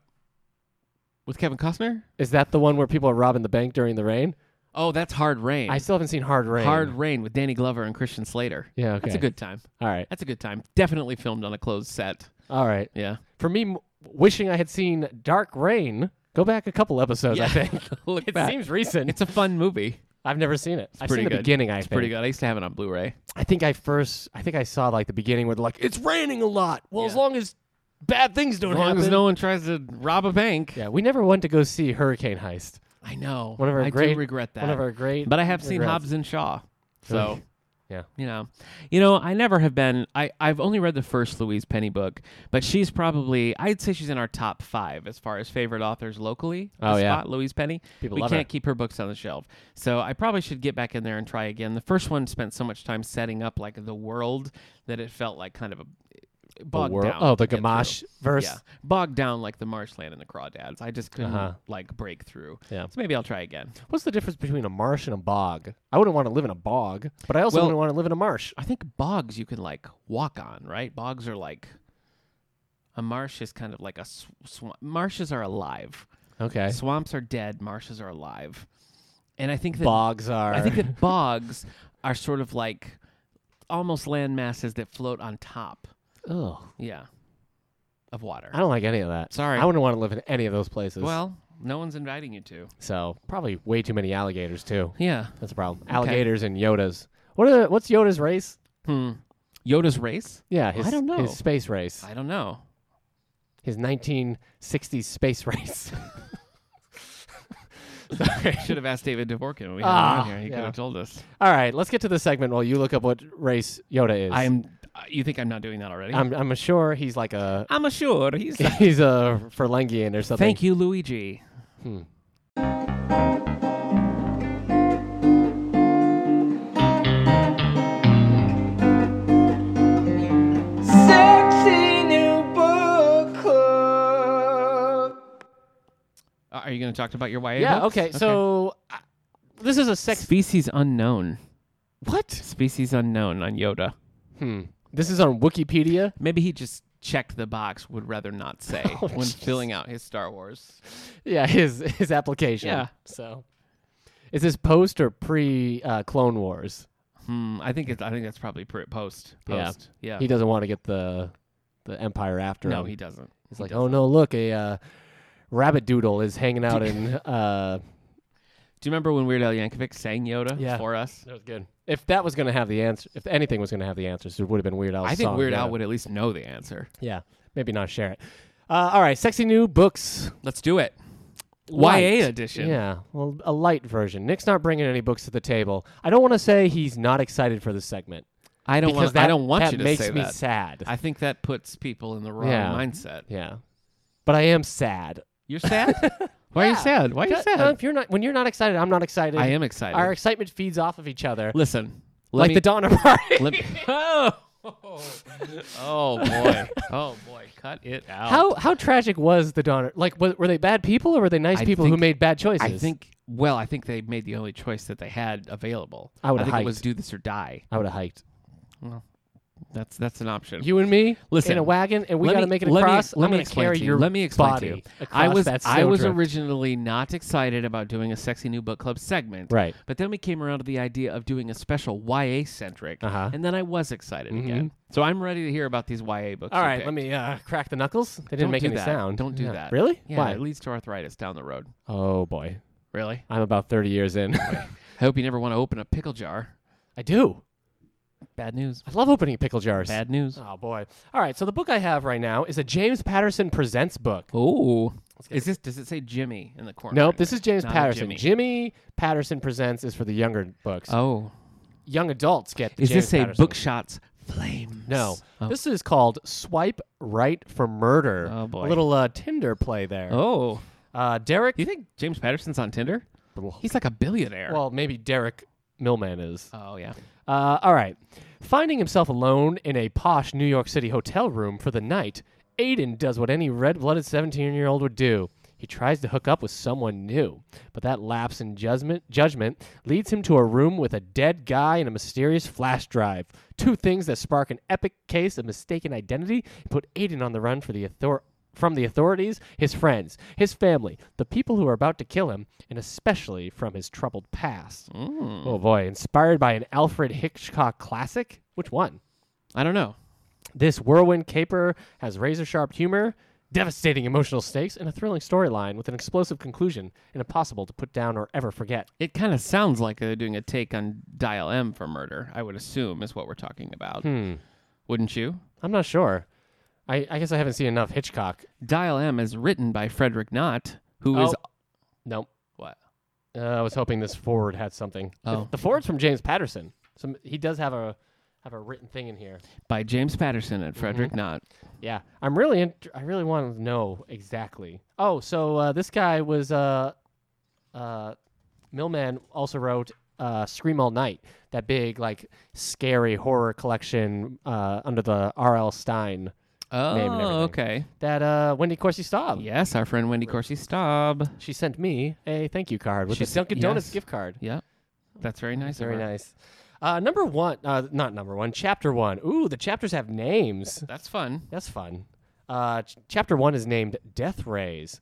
Speaker 2: with Kevin Costner.
Speaker 1: Is that the one where people are robbing the bank during the rain?
Speaker 2: Oh, that's Hard Rain.
Speaker 1: I still haven't seen Hard Rain.
Speaker 2: Hard Rain with Danny Glover and Christian Slater.
Speaker 1: Yeah, okay.
Speaker 2: That's a good time.
Speaker 1: All right.
Speaker 2: That's a good time. Definitely filmed on a closed set.
Speaker 1: All right.
Speaker 2: Yeah.
Speaker 1: For me, m- wishing I had seen Dark Rain, go back a couple episodes, I think.
Speaker 2: <laughs> Look
Speaker 1: It
Speaker 2: back.
Speaker 1: seems recent.
Speaker 2: It's a fun movie.
Speaker 1: I've never seen it. I've
Speaker 2: pretty
Speaker 1: seen the
Speaker 2: good.
Speaker 1: beginning, I
Speaker 2: It's
Speaker 1: think.
Speaker 2: pretty good. I used to have it on Blu-ray.
Speaker 1: I think I first, I think I saw like the beginning where they're like, it's raining a lot. Well, as
Speaker 2: Yeah.
Speaker 1: long as bad things don't
Speaker 2: As long
Speaker 1: happen.
Speaker 2: as no one tries to rob a bank.
Speaker 1: yeah, we never went to go see Hurricane Heist.
Speaker 2: I know.
Speaker 1: One of our
Speaker 2: I
Speaker 1: great-
Speaker 2: do regret that.
Speaker 1: One of our great.
Speaker 2: but I have seen
Speaker 1: regrets.
Speaker 2: Hobbs and Shaw. So
Speaker 1: Yeah.
Speaker 2: <laughs> You know. You know, I never have been I, I've only read the first Louise Penny book, but she's probably I'd say she's in our top five as far as favorite authors locally. to
Speaker 1: Oh, yeah.
Speaker 2: Spot Louise Penny.
Speaker 1: People
Speaker 2: we
Speaker 1: love
Speaker 2: can't
Speaker 1: her.
Speaker 2: keep her books on the shelf. So I probably should get back in there and try again. The first one spent so much time setting up like the world that it felt like kind of a it bogged
Speaker 1: the world.
Speaker 2: down.
Speaker 1: Oh, the
Speaker 2: to get through.
Speaker 1: Gamache verse.
Speaker 2: Yeah, bogged down like the marshland and the crawdads. I just couldn't
Speaker 1: Uh-huh.
Speaker 2: like break through.
Speaker 1: Yeah.
Speaker 2: So maybe I'll try again.
Speaker 1: What's the difference between a marsh and a bog? I wouldn't want to live in a bog, but I also
Speaker 2: Well-
Speaker 1: wouldn't want to live in a marsh.
Speaker 2: I think bogs you can like walk on, right? Bogs are like a marsh is kind of like a sw- swamp. Marshes are alive.
Speaker 1: Okay.
Speaker 2: Swamps are dead. Marshes are alive. And I think that
Speaker 1: Bogs are.
Speaker 2: I
Speaker 1: <laughs>
Speaker 2: think that bogs are sort of like almost land masses that float on top.
Speaker 1: Ugh.
Speaker 2: Yeah, of water.
Speaker 1: I don't like any of that.
Speaker 2: Sorry.
Speaker 1: I wouldn't want to live in any of those places.
Speaker 2: Well, no one's inviting you to.
Speaker 1: so probably way too many alligators too.
Speaker 2: Yeah.
Speaker 1: That's a problem. Alligators and Yodas. What are the, what's Yoda's race?
Speaker 2: Hmm. Yoda's race?
Speaker 1: Yeah,
Speaker 2: I
Speaker 1: his,
Speaker 2: don't know.
Speaker 1: his space race.
Speaker 2: I don't know.
Speaker 1: <laughs> His 1960s space <laughs> race. Sorry.
Speaker 2: Should have asked David Dvorkin when we had him
Speaker 1: Ah,
Speaker 2: on here. He
Speaker 1: yeah.
Speaker 2: could have told us.
Speaker 1: All right, let's get to the segment while you look up what race Yoda is.
Speaker 2: I'm. Uh, you think I'm not doing that already?
Speaker 1: I'm I'm sure he's like a <laughs>
Speaker 2: I'm assured he's.
Speaker 1: he's a Ferlengian or something.
Speaker 2: Thank you, Luigi.
Speaker 3: Sexy new book club.
Speaker 2: Uh, are you going to talk about your YA?
Speaker 1: Yeah,
Speaker 2: books?
Speaker 1: okay. So uh, this is a sex
Speaker 2: <laughs> species unknown.
Speaker 1: What?
Speaker 2: Species unknown on Yoda.
Speaker 1: Hmm. This is on Wikipedia.
Speaker 2: Maybe he just checked the box. Would rather not say
Speaker 1: Oh,
Speaker 2: when
Speaker 1: jeez.
Speaker 2: filling out his Star Wars.
Speaker 1: Yeah, <laughs> his his application.
Speaker 2: Yeah.
Speaker 1: So is this post or pre uh, Clone Wars?
Speaker 2: Hmm. I think it's. I think that's probably pr- post.
Speaker 1: Yeah.
Speaker 2: Post. Yeah.
Speaker 1: He doesn't want to get the the Empire after
Speaker 2: no,
Speaker 1: him.
Speaker 2: he doesn't.
Speaker 1: He's
Speaker 2: He
Speaker 1: like,
Speaker 2: doesn't.
Speaker 1: oh no, look, a uh, rabbit doodle is hanging out
Speaker 2: <laughs>
Speaker 1: in. Uh,
Speaker 2: Do you remember when Weird Al Yankovic sang Yoda
Speaker 1: Yeah.
Speaker 2: for us?
Speaker 1: that was good. If that was going to have the answer, if anything was going to have the answers, it would have been Weird Al.
Speaker 2: I think Weird Al would at least know the answer.
Speaker 1: Yeah, maybe not share it. Uh, all right, sexy new books.
Speaker 2: Let's do it.
Speaker 1: Light.
Speaker 2: YA edition.
Speaker 1: Yeah, well, a light version. Nick's not bringing any books to the table. I don't want to say he's not excited for this segment
Speaker 2: I don't
Speaker 1: because
Speaker 2: want.
Speaker 1: that
Speaker 2: I don't want
Speaker 1: that
Speaker 2: you to
Speaker 1: makes
Speaker 2: say
Speaker 1: me
Speaker 2: that.
Speaker 1: sad.
Speaker 2: I think that puts people in the wrong
Speaker 1: Yeah.
Speaker 2: mindset.
Speaker 1: yeah, but I am sad. <laughs>
Speaker 2: You're sad? Why are you
Speaker 1: Yeah.
Speaker 2: sad? Why are you
Speaker 1: Uh,
Speaker 2: sad?
Speaker 1: if you're not, when you're not excited, I'm not excited.
Speaker 2: I am excited.
Speaker 1: Our excitement feeds off of each other,
Speaker 2: Listen. Let
Speaker 1: like
Speaker 2: me,
Speaker 1: <laughs> the Donner Party.
Speaker 2: let me, oh, <laughs> oh boy. Oh boy. Cut it out.
Speaker 1: How how tragic was the Donner? Like, were, were they bad people or were they nice
Speaker 2: I
Speaker 1: people who
Speaker 2: think-
Speaker 1: made bad choices?
Speaker 2: I think well, I think they made the only choice that they had available.
Speaker 1: I would've
Speaker 2: think it was
Speaker 1: hiked.
Speaker 2: do this or die.
Speaker 1: I would have hiked.
Speaker 2: That's that's an option.
Speaker 1: You and me,
Speaker 2: Listen,
Speaker 1: in a wagon, and we
Speaker 2: Let
Speaker 1: got to
Speaker 2: me-
Speaker 1: make it
Speaker 2: let me-
Speaker 1: across.
Speaker 2: let
Speaker 1: I'm
Speaker 2: me
Speaker 1: gonna
Speaker 2: explain
Speaker 1: carry
Speaker 2: to you.
Speaker 1: your
Speaker 2: Let me explain
Speaker 1: body
Speaker 2: to you.
Speaker 1: across
Speaker 2: I was
Speaker 1: that
Speaker 2: I was
Speaker 1: snowdrift.
Speaker 2: originally not excited about doing a sexy new book club segment.
Speaker 1: Right.
Speaker 2: But then we came around to the idea of doing a special YA centric,
Speaker 1: Uh-huh. Mm-hmm.
Speaker 2: and then I was excited again. So I'm ready to hear about these YA books.
Speaker 1: All
Speaker 2: you
Speaker 1: right,
Speaker 2: picked.
Speaker 1: let me uh, crack the knuckles. They didn't
Speaker 2: Don't
Speaker 1: make
Speaker 2: do
Speaker 1: any
Speaker 2: that.
Speaker 1: sound.
Speaker 2: Don't do
Speaker 1: Yeah.
Speaker 2: that.
Speaker 1: Really?
Speaker 2: Yeah,
Speaker 1: Why?
Speaker 2: it leads to arthritis down the road.
Speaker 1: Oh boy,
Speaker 2: Really?
Speaker 1: <laughs> I'm about 30 years in.
Speaker 2: I hope you never want to open a pickle jar.
Speaker 1: I do.
Speaker 2: Bad news.
Speaker 1: I love opening pickle jars.
Speaker 2: Bad news.
Speaker 1: Oh boy. All right, so the book I have right now is a James Patterson Presents book.
Speaker 2: Oh, is this? Does it say Jimmy in the corner?
Speaker 1: Nope, this is James
Speaker 2: Not a
Speaker 1: Patterson.
Speaker 2: Jimmy.
Speaker 1: Patterson Presents is for the younger books.
Speaker 2: Oh,
Speaker 1: Young adults get the
Speaker 2: is
Speaker 1: James
Speaker 2: this a
Speaker 1: Patterson.
Speaker 2: book shots flames?
Speaker 1: No.
Speaker 2: Oh.
Speaker 1: This is called Swipe Right for Murder.
Speaker 2: Oh,
Speaker 1: A
Speaker 2: boy.
Speaker 1: little uh, Tinder play there.
Speaker 2: Oh,
Speaker 1: Uh, Derek.
Speaker 2: you think James Patterson's on Tinder? He's like a billionaire.
Speaker 1: Well, maybe Derek Millman is.
Speaker 2: oh yeah.
Speaker 1: Uh, all right. Finding himself alone in a posh New York City hotel room for the night, Aiden does what any red blooded 17 year old would do. He tries to hook up with someone new, but that lapse in judgment, judgment leads him to a room with a dead guy and a mysterious flash drive. Two things that spark an epic case of mistaken identity and put Aiden on the run for the author- from the authorities, his friends, his family, the people who are about to kill him, and especially from his troubled past.
Speaker 2: Mm.
Speaker 1: Oh boy, inspired by an Alfred Hitchcock classic? Which one?
Speaker 2: I don't know.
Speaker 1: This whirlwind caper has razor sharp humor, devastating emotional stakes, and a thrilling storyline with an explosive conclusion and impossible to put down or ever forget.
Speaker 2: It kind of sounds like they're doing a take on Dial M for murder. I would assume is what we're talking about.
Speaker 1: Hmm.
Speaker 2: Wouldn't you?
Speaker 1: I'm not sure. I, I guess I haven't seen enough Hitchcock.
Speaker 2: Dial M is written by Frederick Knott, who is
Speaker 1: Oh. Nope.
Speaker 2: What?
Speaker 1: Uh, I was hoping this forward had something. The-
Speaker 2: Oh.
Speaker 1: The, forward's from James Patterson. Some, he does have a have a written thing in here.
Speaker 2: by James Patterson and
Speaker 1: Mm-hmm.
Speaker 2: Frederick Knott.
Speaker 1: Yeah, I'm really int- I really want to know exactly. Oh, so uh, this guy was uh, uh, Millman also wrote uh, Scream All Night, that big like scary horror collection uh, under the R.L. Stein Name and
Speaker 2: Oh,
Speaker 1: everything.
Speaker 2: okay.
Speaker 1: that uh, Wendy Corsi Staub.
Speaker 2: Yes, our friend Wendy Corsi Staub.
Speaker 1: She sent me a thank you card with
Speaker 2: She
Speaker 1: a
Speaker 2: sent-
Speaker 1: Dunkin' Donuts
Speaker 2: yes.
Speaker 1: gift card.
Speaker 2: Yeah, that's very nice. of
Speaker 1: Very
Speaker 2: her.
Speaker 1: nice. Uh, number one, uh, not number one, chapter one. Ooh, the chapters have names.
Speaker 2: That's fun.
Speaker 1: That's fun. Uh, ch- chapter one is named Death Rays.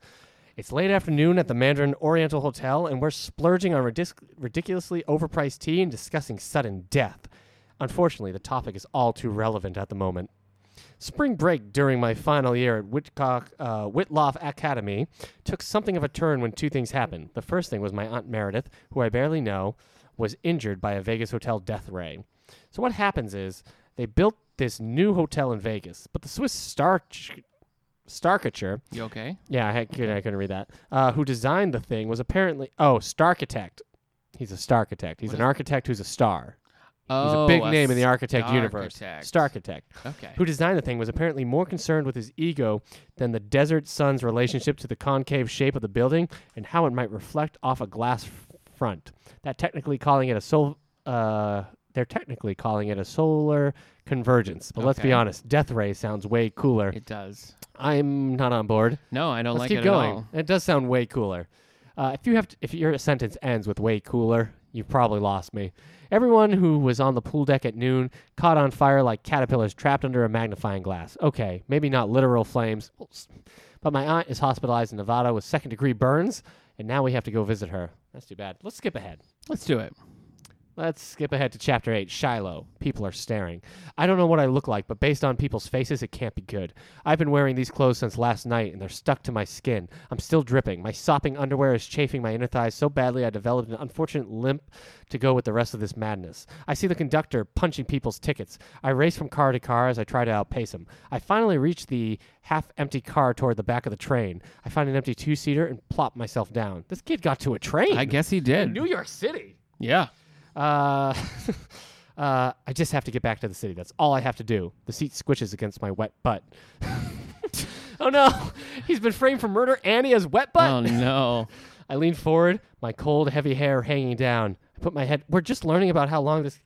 Speaker 1: It's late afternoon at the Mandarin Oriental Hotel, and we're splurging on ridis- ridiculously overpriced tea and discussing sudden death. Unfortunately, the topic is all too relevant at the moment. Spring break during my final year at Whitcock, uh, Whitloff Academy took something of a turn when two things happened. The first thing was my Aunt Meredith, who I barely know, was injured by a Vegas hotel death ray. So what happens is they built this new hotel in Vegas, but the Swiss star Starkature,
Speaker 2: You okay?
Speaker 1: yeah, I, couldn't, I couldn't read that. Uh, who designed the thing was apparently oh, Starchitect. He's a Starchitect. He's an architect who's a star. He's
Speaker 2: Oh,
Speaker 1: a big name in the architect universe. Starchitect
Speaker 2: Okay.
Speaker 1: who designed the thing was apparently more concerned with his ego than the desert sun's relationship to the concave shape of the building and how it might reflect off a glass f- front. That technically calling it a sol uh they're technically calling it a solar convergence. But let's be
Speaker 2: Okay.
Speaker 1: honest, death ray sounds way cooler.
Speaker 2: It does.
Speaker 1: I'm not on board.
Speaker 2: No, I don't
Speaker 1: Let's
Speaker 2: like
Speaker 1: keep
Speaker 2: it
Speaker 1: going.
Speaker 2: at all.
Speaker 1: It does sound way cooler. Uh, if you have, to, if your sentence ends with "way cooler," you've probably lost me. Everyone who was on the pool deck at noon caught on fire like caterpillars trapped under a magnifying glass. Okay, maybe not literal flames, but my aunt is hospitalized in Nevada with second-degree burns, and now we have to go visit her. That's too bad. Let's skip ahead.
Speaker 2: Let's do it.
Speaker 1: Let's skip ahead to chapter 8, Shiloh. People are staring. I don't know what I look like, but based on people's faces, it can't be good. I've been wearing these clothes since last night, and they're stuck to my skin. I'm still dripping. My sopping underwear is chafing my inner thighs so badly I developed an unfortunate limp to go with the rest of this madness. I see the conductor punching people's tickets. I race from car to car as I try to outpace him. I finally reach the half empty car toward the back of the train. I find an empty two seater and plop myself down. This kid got to a train.
Speaker 2: I guess he
Speaker 1: in
Speaker 2: did.
Speaker 1: New York City.
Speaker 2: yeah.
Speaker 1: Uh, <laughs> uh, I just have to get back to the city. That's all I have to do. The seat squishes against my wet butt. <laughs> oh no! He's been framed for murder and he has wet butt.
Speaker 2: Oh
Speaker 1: <laughs>
Speaker 2: no.
Speaker 1: I lean forward, my cold, heavy hair hanging down. I put my head. We're just learning about how long this.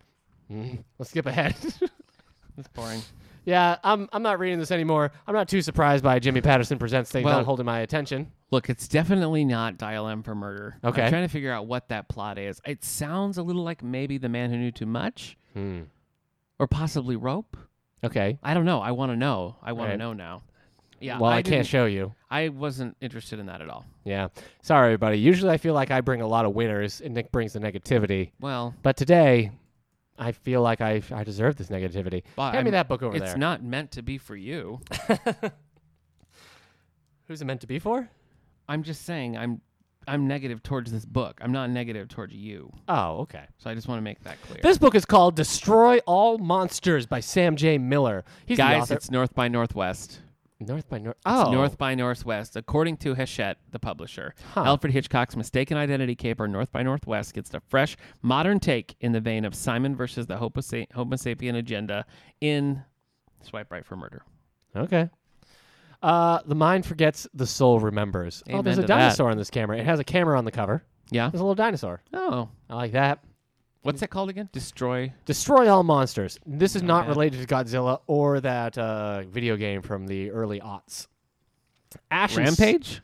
Speaker 1: Mm, let's skip ahead. <laughs>
Speaker 2: That's boring.
Speaker 1: yeah, I'm. I'm not reading this anymore. I'm not too surprised by Jimmy Patterson presents things
Speaker 2: Well-
Speaker 1: not holding my attention.
Speaker 2: Look, it's definitely not Dial M for Murder.
Speaker 1: Okay.
Speaker 2: I'm trying to figure out what that plot is. It sounds a little like maybe The Man Who Knew Too Much
Speaker 1: Hmm.
Speaker 2: or possibly Rope.
Speaker 1: Okay.
Speaker 2: I don't know. I want to know. I want
Speaker 1: Right.
Speaker 2: to know now. Yeah.
Speaker 1: well, I,
Speaker 2: didn't-
Speaker 1: can't show you.
Speaker 2: I wasn't interested in that at all.
Speaker 1: Yeah. Sorry, everybody. Usually, I feel like I bring a lot of winners, and Nick brings the negativity.
Speaker 2: Well,
Speaker 1: But today, I feel like I I deserve this negativity.
Speaker 2: but
Speaker 1: Hand
Speaker 2: I'm-
Speaker 1: me that book over
Speaker 2: it's
Speaker 1: there.
Speaker 2: not meant to be for you.
Speaker 1: Who's it meant to be for?
Speaker 2: I'm just saying. I'm I'm negative towards this book. I'm not negative towards you.
Speaker 1: Oh, okay.
Speaker 2: So I just want to make that clear.
Speaker 1: This book is called Destroy All Monsters by Sam J. Miller. He's the
Speaker 2: Guys,
Speaker 1: author-
Speaker 2: it's North by Northwest.
Speaker 1: North by North.
Speaker 2: It's
Speaker 1: Oh,
Speaker 2: North by Northwest, according to Hachette, the publisher.
Speaker 1: Huh.
Speaker 2: Alfred Hitchcock's mistaken identity caper, North by Northwest, gets a fresh, modern take in the vein of Simon versus the Homo, sa- Homo sapien agenda in Swipe Right for Murder.
Speaker 1: Okay. Uh, the mind forgets, the soul remembers. oh,
Speaker 2: Amen
Speaker 1: there's a
Speaker 2: to that.
Speaker 1: dinosaur on this camera. It has a camera on the cover.
Speaker 2: Yeah.
Speaker 1: There's a little dinosaur.
Speaker 2: Oh,
Speaker 1: I like that.
Speaker 2: what's that called again? Destroy.
Speaker 1: Destroy all monsters. This is not
Speaker 2: bad.
Speaker 1: related to Godzilla or that uh, video game from the early aughts. Ash and s-
Speaker 2: Rampage?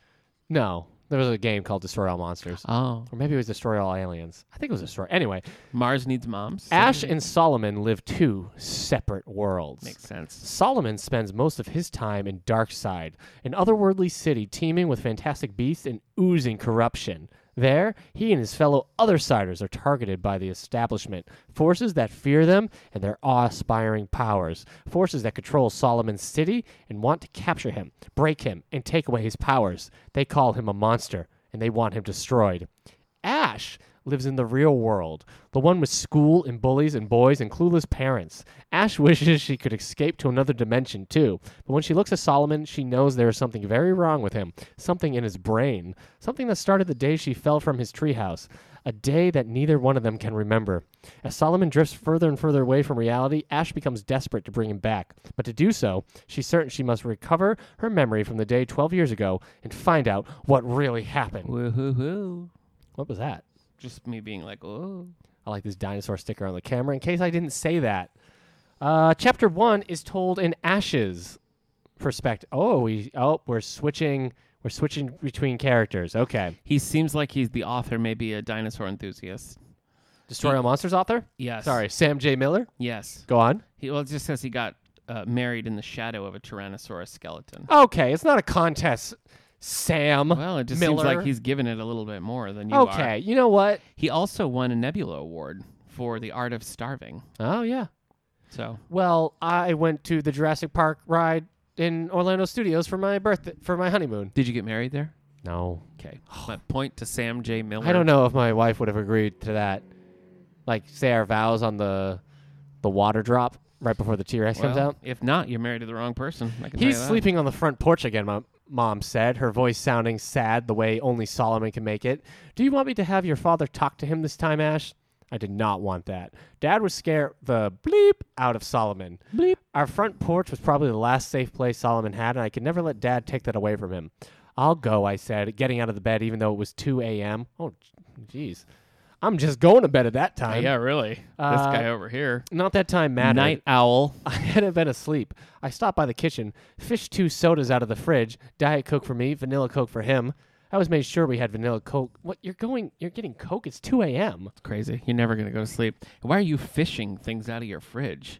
Speaker 1: No, there was a game called Destroy All Monsters,
Speaker 2: Oh.
Speaker 1: or maybe it was Destroy All Aliens. I think it was Destroy. Anyway,
Speaker 2: Mars Needs Moms?
Speaker 1: Ash and Solomon live two separate worlds.
Speaker 2: Makes sense.
Speaker 1: Solomon spends most of his time in Darkside, an otherworldly city teeming with fantastic beasts and oozing corruption. There, he and his fellow Othersiders are targeted by the establishment, forces that fear them and their awe inspiring powers, forces that control Solomon's city and want to capture him, break him, and take away his powers. They call him a monster, and they want him destroyed. Ash lives in the real world, the one with school and bullies and boys and clueless parents. Ash <laughs> wishes she could escape to another dimension too, but when she looks at Solomon, she knows there is something very wrong with him, something in his brain, something that started the day she fell from his treehouse. A day that neither one of them can remember. As Solomon drifts further and further away from reality, Ash becomes desperate to bring him back. But to do so, she's certain she must recover her memory from the day 12 years ago and find out what really happened.
Speaker 2: Woo-hoo-hoo.
Speaker 1: What was that?
Speaker 2: Just me being like, oh.
Speaker 1: I like this dinosaur sticker on the camera in case I didn't say that. Uh, chapter one is told in Ash's perspective. Oh, we oh we're switching we're switching between characters. Okay,
Speaker 2: He seems like he's the author, maybe a dinosaur enthusiast.
Speaker 1: Destroy All Monsters author.
Speaker 2: Yes.
Speaker 1: Sorry, Sam J. Miller.
Speaker 2: Yes.
Speaker 1: Go on.
Speaker 2: He well, it just says he got uh, married in the shadow of a Tyrannosaurus skeleton.
Speaker 1: Okay, it's not a contest, Sam.
Speaker 2: Well, it just seems
Speaker 1: Miller.
Speaker 2: like he's given it a little bit more than you are.
Speaker 1: okay, you know what?
Speaker 2: He also won a Nebula Award for The Art of Starving.
Speaker 1: Oh yeah.
Speaker 2: So
Speaker 1: Well, I went to the Jurassic Park ride in Orlando Studios for my birthday for my honeymoon.
Speaker 2: did you get married there?
Speaker 1: No, <sighs>
Speaker 2: Okay. My point to Sam J. Miller.
Speaker 1: I don't know if my wife would have agreed to that. Like say our vows on the the water drop right before the T Rex comes
Speaker 2: Well,
Speaker 1: out.
Speaker 2: If not, you're married to the wrong person. I can tell
Speaker 1: He's
Speaker 2: you that.
Speaker 1: sleeping on the front porch again, my mom said, her voice sounding sad the way only Solomon can make it. Do you want me to have your father talk to him this time, Ash? I did not want that. Dad would scare the bleep out of Solomon.
Speaker 2: Bleep.
Speaker 1: Our front porch was probably the last safe place Solomon had, and I could never let Dad take that away from him. I'll go, I said, getting out of the bed even though it was 2 a.m. Oh, jeez. I'm just going to bed at that time.
Speaker 2: Yeah, really. this
Speaker 1: Uh,
Speaker 2: guy over here.
Speaker 1: Not that time mattered.
Speaker 2: Night owl.
Speaker 1: <laughs> I hadn't been asleep. I stopped by the kitchen, fished two sodas out of the fridge, Diet Coke for me, Vanilla Coke for him. I always made sure we had Vanilla Coke. What, you're going, you're getting Coke? It's 2 a.m.
Speaker 2: It's crazy. You're never gonna go to sleep. Why are you fishing things out of your fridge?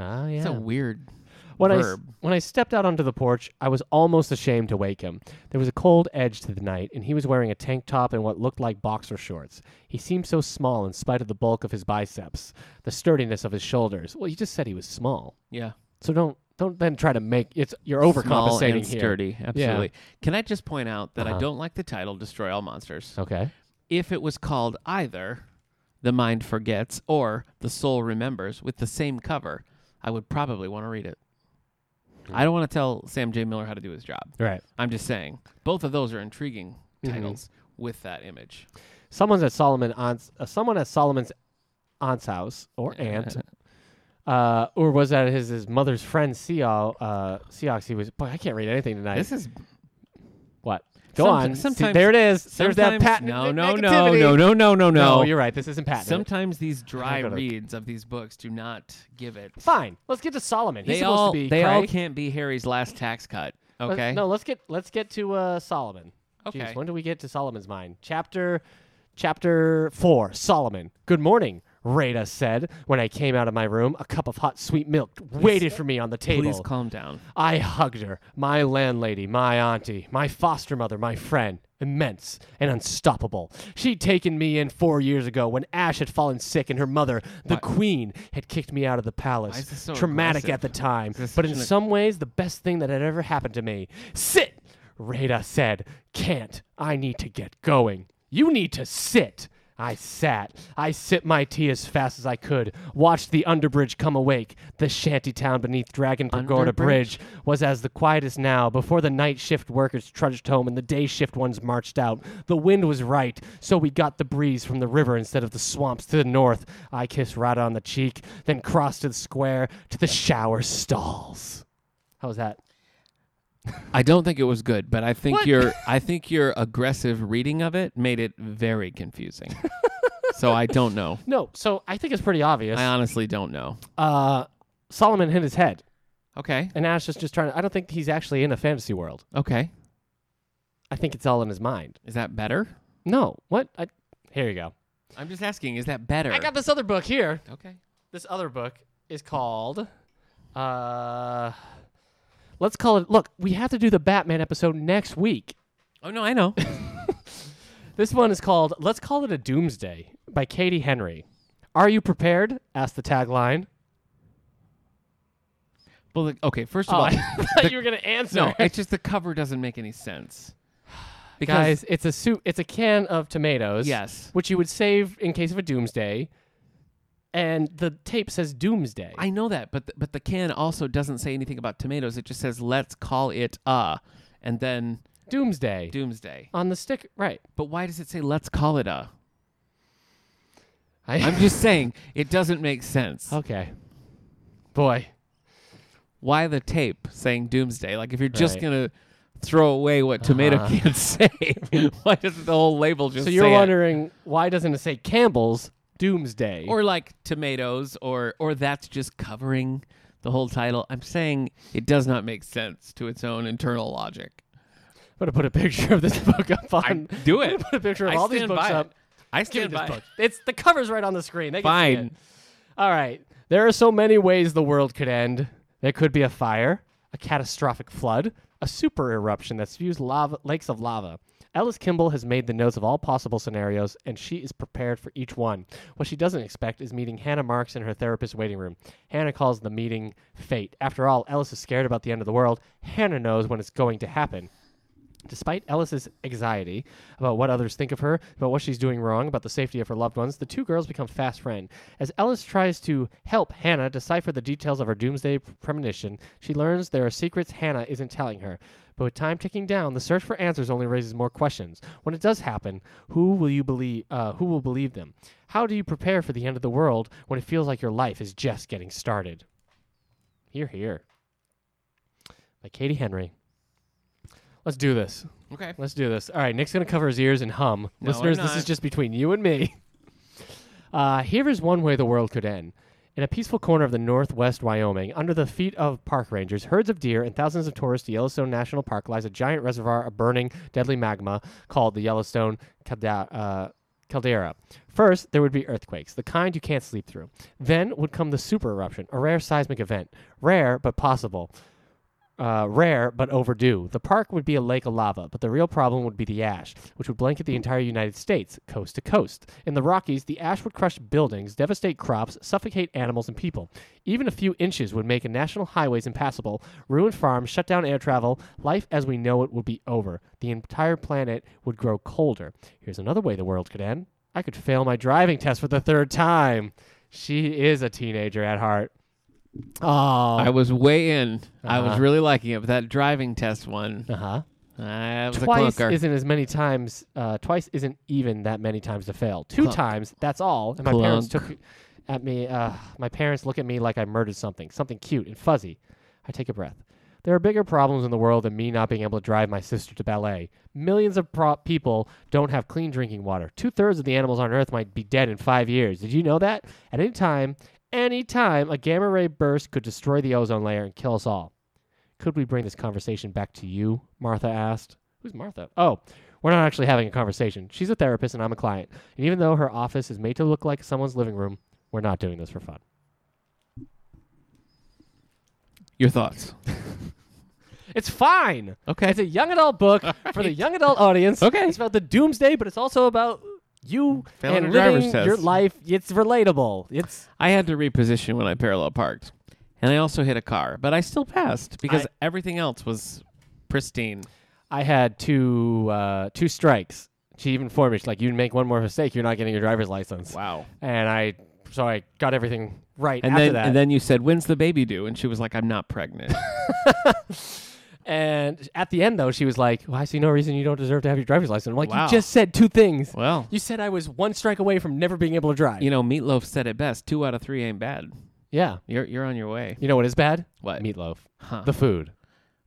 Speaker 1: Ah, yeah.
Speaker 2: It's a weird
Speaker 1: When I, s-
Speaker 2: verb.
Speaker 1: when I stepped out onto the porch, I was almost ashamed to wake him. There was a cold edge to the night, and he was wearing a tank top and what looked like boxer shorts. He seemed so small in spite of the bulk of his biceps, the sturdiness of his shoulders. Well, you just said he was small,
Speaker 2: yeah.
Speaker 1: so don't don't then try to make it's you're
Speaker 2: Small
Speaker 1: overcompensating
Speaker 2: and
Speaker 1: here. Uh-huh.
Speaker 2: sturdy. Absolutely. Can I just point out that I don't like the title "Destroy All Monsters."
Speaker 1: Okay.
Speaker 2: If it was called either "The Mind Forgets" or "The Soul Remembers" with the same cover, I would probably want to read it. I don't want to tell Sam J. Miller how to do his job.
Speaker 1: Right.
Speaker 2: I'm just saying both of those are intriguing
Speaker 1: Mm-hmm.
Speaker 2: titles with that image.
Speaker 1: Someone's at Solomon aunt's uh, someone at Solomon's aunt's house or aunt. Uh, or was that his, his mother's friend Seal uh Seox he was boy, I can't read anything tonight.
Speaker 2: This is
Speaker 1: What? Go
Speaker 2: Someti-
Speaker 1: on. See,
Speaker 2: sometimes-
Speaker 1: there it is. There's that
Speaker 2: sometimes-
Speaker 1: patent.
Speaker 2: No, no, no, no, no, no, no,
Speaker 1: No,
Speaker 2: no.
Speaker 1: you're right. This isn't patent.
Speaker 2: Sometimes these dry
Speaker 1: gotta-
Speaker 2: reads of these books do not give it.
Speaker 1: Fine. Let's get to Solomon. He's
Speaker 2: They
Speaker 1: supposed
Speaker 2: all
Speaker 1: to be
Speaker 2: they all
Speaker 1: Craig.
Speaker 2: can't be Harry's last tax cut.
Speaker 1: Let's-
Speaker 2: Okay.
Speaker 1: no, let's get let's get to uh, Solomon. Jeez,
Speaker 2: Okay.
Speaker 1: when do we get to Solomon's mind? Chapter chapter four. Solomon. Good morning. Rada said when I came out of my room. A cup of hot sweet milk waited for me on the table.
Speaker 2: Please calm down.
Speaker 1: I hugged her, my landlady, my auntie, my foster mother, my friend, immense and unstoppable. She'd taken me in four years ago when Ash had fallen sick and her mother, the queen, had kicked me out of the palace.
Speaker 2: is this so
Speaker 1: Traumatic
Speaker 2: aggressive?
Speaker 1: at the time,
Speaker 2: Is this
Speaker 1: but
Speaker 2: such
Speaker 1: in
Speaker 2: an-
Speaker 1: some ways the best thing that had ever happened to me. Sit! Rada said, Can't. I need to get going. You need to sit. I sat. I sipped my tea as fast as I could, watched the underbridge come awake. The shanty town beneath Dragon Pagoda
Speaker 2: Underbridge?
Speaker 1: Bridge was as the quietest now, before the night shift workers trudged home and the day shift ones marched out. The wind was right, so we got the breeze from the river instead of the swamps to the north. I kissed Rada on the cheek, then crossed to the square to the shower stalls. How was that?
Speaker 2: I don't think it was good, but I think
Speaker 1: What? <laughs>
Speaker 2: your I think your aggressive reading of it made it very confusing. so I don't know.
Speaker 1: No, so I think it's pretty obvious.
Speaker 2: I honestly don't know.
Speaker 1: Uh, Solomon hit his head,
Speaker 2: Okay.
Speaker 1: and Ash is just trying to. I don't think he's actually in a fantasy world.
Speaker 2: Okay.
Speaker 1: I think it's all in his mind.
Speaker 2: Is that better?
Speaker 1: No, what? I, here you go.
Speaker 2: I'm just asking, is that better?
Speaker 1: I got this other book here.
Speaker 2: okay.
Speaker 1: This other book is called. Uh, let's call it. Look, we have to do the Batman episode next week.
Speaker 2: Oh no, I know.
Speaker 1: This one is called Let's Call It a Doomsday by Katie Henry. Are you prepared? asked the tagline.
Speaker 2: well, like, okay, first of
Speaker 1: Oh, <laughs>
Speaker 2: all, <laughs>
Speaker 1: I thought you were going to answer.
Speaker 2: no,
Speaker 1: <laughs>
Speaker 2: it's just the cover doesn't make
Speaker 1: <sighs>
Speaker 2: any sense. Because
Speaker 1: Guys, it's a soup. It's a can of tomatoes.
Speaker 2: yes.
Speaker 1: which you would save in case of a doomsday. And the tape says doomsday.
Speaker 2: I know that, but the, but the can also doesn't say anything about tomatoes. It just says let's call it a and then
Speaker 1: doomsday.
Speaker 2: doomsday.
Speaker 1: on the stick, right.
Speaker 2: But why does it say let's call it a?
Speaker 1: I,
Speaker 2: I'm just saying it doesn't make sense.
Speaker 1: <laughs> okay. Boy,
Speaker 2: Why the tape saying doomsday? Like if you're just
Speaker 1: Right.
Speaker 2: gonna throw away what tomato <laughs>
Speaker 1: Uh-huh. <laughs>
Speaker 2: can say, why doesn't the whole label just
Speaker 1: so you're
Speaker 2: say it?
Speaker 1: wondering why doesn't it say Campbell's doomsday?
Speaker 2: or like tomatoes or or that's just covering the whole title. I'm saying it does not make sense to its own internal logic.
Speaker 1: I'm gonna put a picture of this <laughs> book up
Speaker 2: I
Speaker 1: on.
Speaker 2: do
Speaker 1: I'm
Speaker 2: it.
Speaker 1: gonna put a picture of
Speaker 2: I
Speaker 1: all these
Speaker 2: stand
Speaker 1: books
Speaker 2: by it.
Speaker 1: up.
Speaker 2: I
Speaker 1: Give me
Speaker 2: stand
Speaker 1: this
Speaker 2: by. it.
Speaker 1: book. It's the cover's right on the screen. They can see it.
Speaker 2: Fine.
Speaker 1: All right. There are so many ways the world could end. There could be a fire, a catastrophic flood, a super eruption that spews lava, lakes of lava. Ellis Kimball has made the notes of all possible scenarios, and she is prepared for each one. What she doesn't expect is meeting Hannah Marks in her therapist's waiting room. Hannah calls the meeting fate. After all, Ellis is scared about the end of the world. Hannah knows when it's going to happen. Despite Ellis's anxiety about what others think of her, about what she's doing wrong, about the safety of her loved ones, the two girls become fast friends. As Ellis tries to help Hannah decipher the details of her doomsday premonition, she learns there are secrets Hannah isn't telling her. But with time ticking down, the search for answers only raises more questions. When it does happen, who will you believe? Uh, who will believe them? How do you prepare for the end of the world when it feels like your life is just getting started? Here, here. By Katie Henry. Let's do this.
Speaker 2: Okay.
Speaker 1: Let's do this. All right, Nick's gonna cover his ears and hum.
Speaker 2: No,
Speaker 1: Listeners,
Speaker 2: I'm
Speaker 1: this is
Speaker 2: not.
Speaker 1: just between you and me. <laughs> Uh, here is one way the world could end. In a peaceful corner of the northwest Wyoming, under the feet of park rangers, herds of deer, and thousands of tourists to Yellowstone National Park lies a giant reservoir of burning, deadly magma called the Yellowstone Calda- uh, Caldera. First, there would be earthquakes, the kind you can't sleep through. Then would come the super eruption, a rare seismic event. Rare, but possible uh, rare but overdue. The park would be a lake of lava, but the real problem would be the ash, which would blanket the entire United States, coast to coast. In the Rockies, the ash would crush buildings, devastate crops, suffocate animals and people. Even a few inches would make national highways impassable, ruin farms, shut down air travel. Life as we know it would be over. The entire planet would grow colder. Here's another way the world could end I could fail my driving test for the third time. She is a teenager at heart. Oh.
Speaker 2: I was way in. I was
Speaker 1: Uh-huh.
Speaker 2: really liking it, but that driving test one,
Speaker 1: uh huh.
Speaker 2: I was
Speaker 1: twice
Speaker 2: a clunker.
Speaker 1: isn't as many times. Uh, twice isn't even that many times to fail. Two
Speaker 2: Clunk.
Speaker 1: times, that's all. And my parents
Speaker 2: Clunk.
Speaker 1: took at me. Uh, my parents look at me like I murdered something, something cute and fuzzy. I take a breath. There are bigger problems in the world than me not being able to drive my sister to ballet. Millions of pro- people don't have clean drinking water. Two thirds of the animals on Earth might be dead in five years. Did you know that? At any time, any time, a gamma ray burst could destroy the ozone layer and kill us all. Could we bring this conversation back to you? Martha asked. Who's Martha? Oh, we're not actually having a conversation. She's a therapist and I'm a client. And even though her office is made to look like someone's living room, we're not doing this for fun.
Speaker 2: Your thoughts?
Speaker 1: It's fine.
Speaker 2: Okay.
Speaker 1: It's a young adult
Speaker 2: <laughs>
Speaker 1: book for the young adult audience.
Speaker 2: Okay.
Speaker 1: It's about the doomsday, but it's also about you
Speaker 2: Failing
Speaker 1: and
Speaker 2: a driver's
Speaker 1: living your
Speaker 2: test.
Speaker 1: life. It's relatable. It's
Speaker 2: I had to reposition when I parallel parked, and I also hit a car, but I still passed because everything else was pristine.
Speaker 1: I had two uh, two strikes. She even informed me, she's like, "You make one more mistake, you're not getting your driver's license."
Speaker 2: Wow.
Speaker 1: And I, so I got everything right
Speaker 2: And
Speaker 1: after
Speaker 2: then
Speaker 1: that.
Speaker 2: and then you said, "When's the baby due?" And she was like, "I'm
Speaker 1: <laughs>
Speaker 2: not pregnant."
Speaker 1: And at the end, though, she was like, well, I see no reason you don't deserve to have your driver's license. I'm like,
Speaker 2: Wow.
Speaker 1: you just said two things.
Speaker 2: well,
Speaker 1: You said I was one strike away from never being able to drive.
Speaker 2: you know, Meatloaf said it best: two out of three ain't bad.
Speaker 1: yeah.
Speaker 2: You're you're on your way.
Speaker 1: You know what is bad?
Speaker 2: What?
Speaker 1: Meatloaf.
Speaker 2: Huh.
Speaker 1: The food.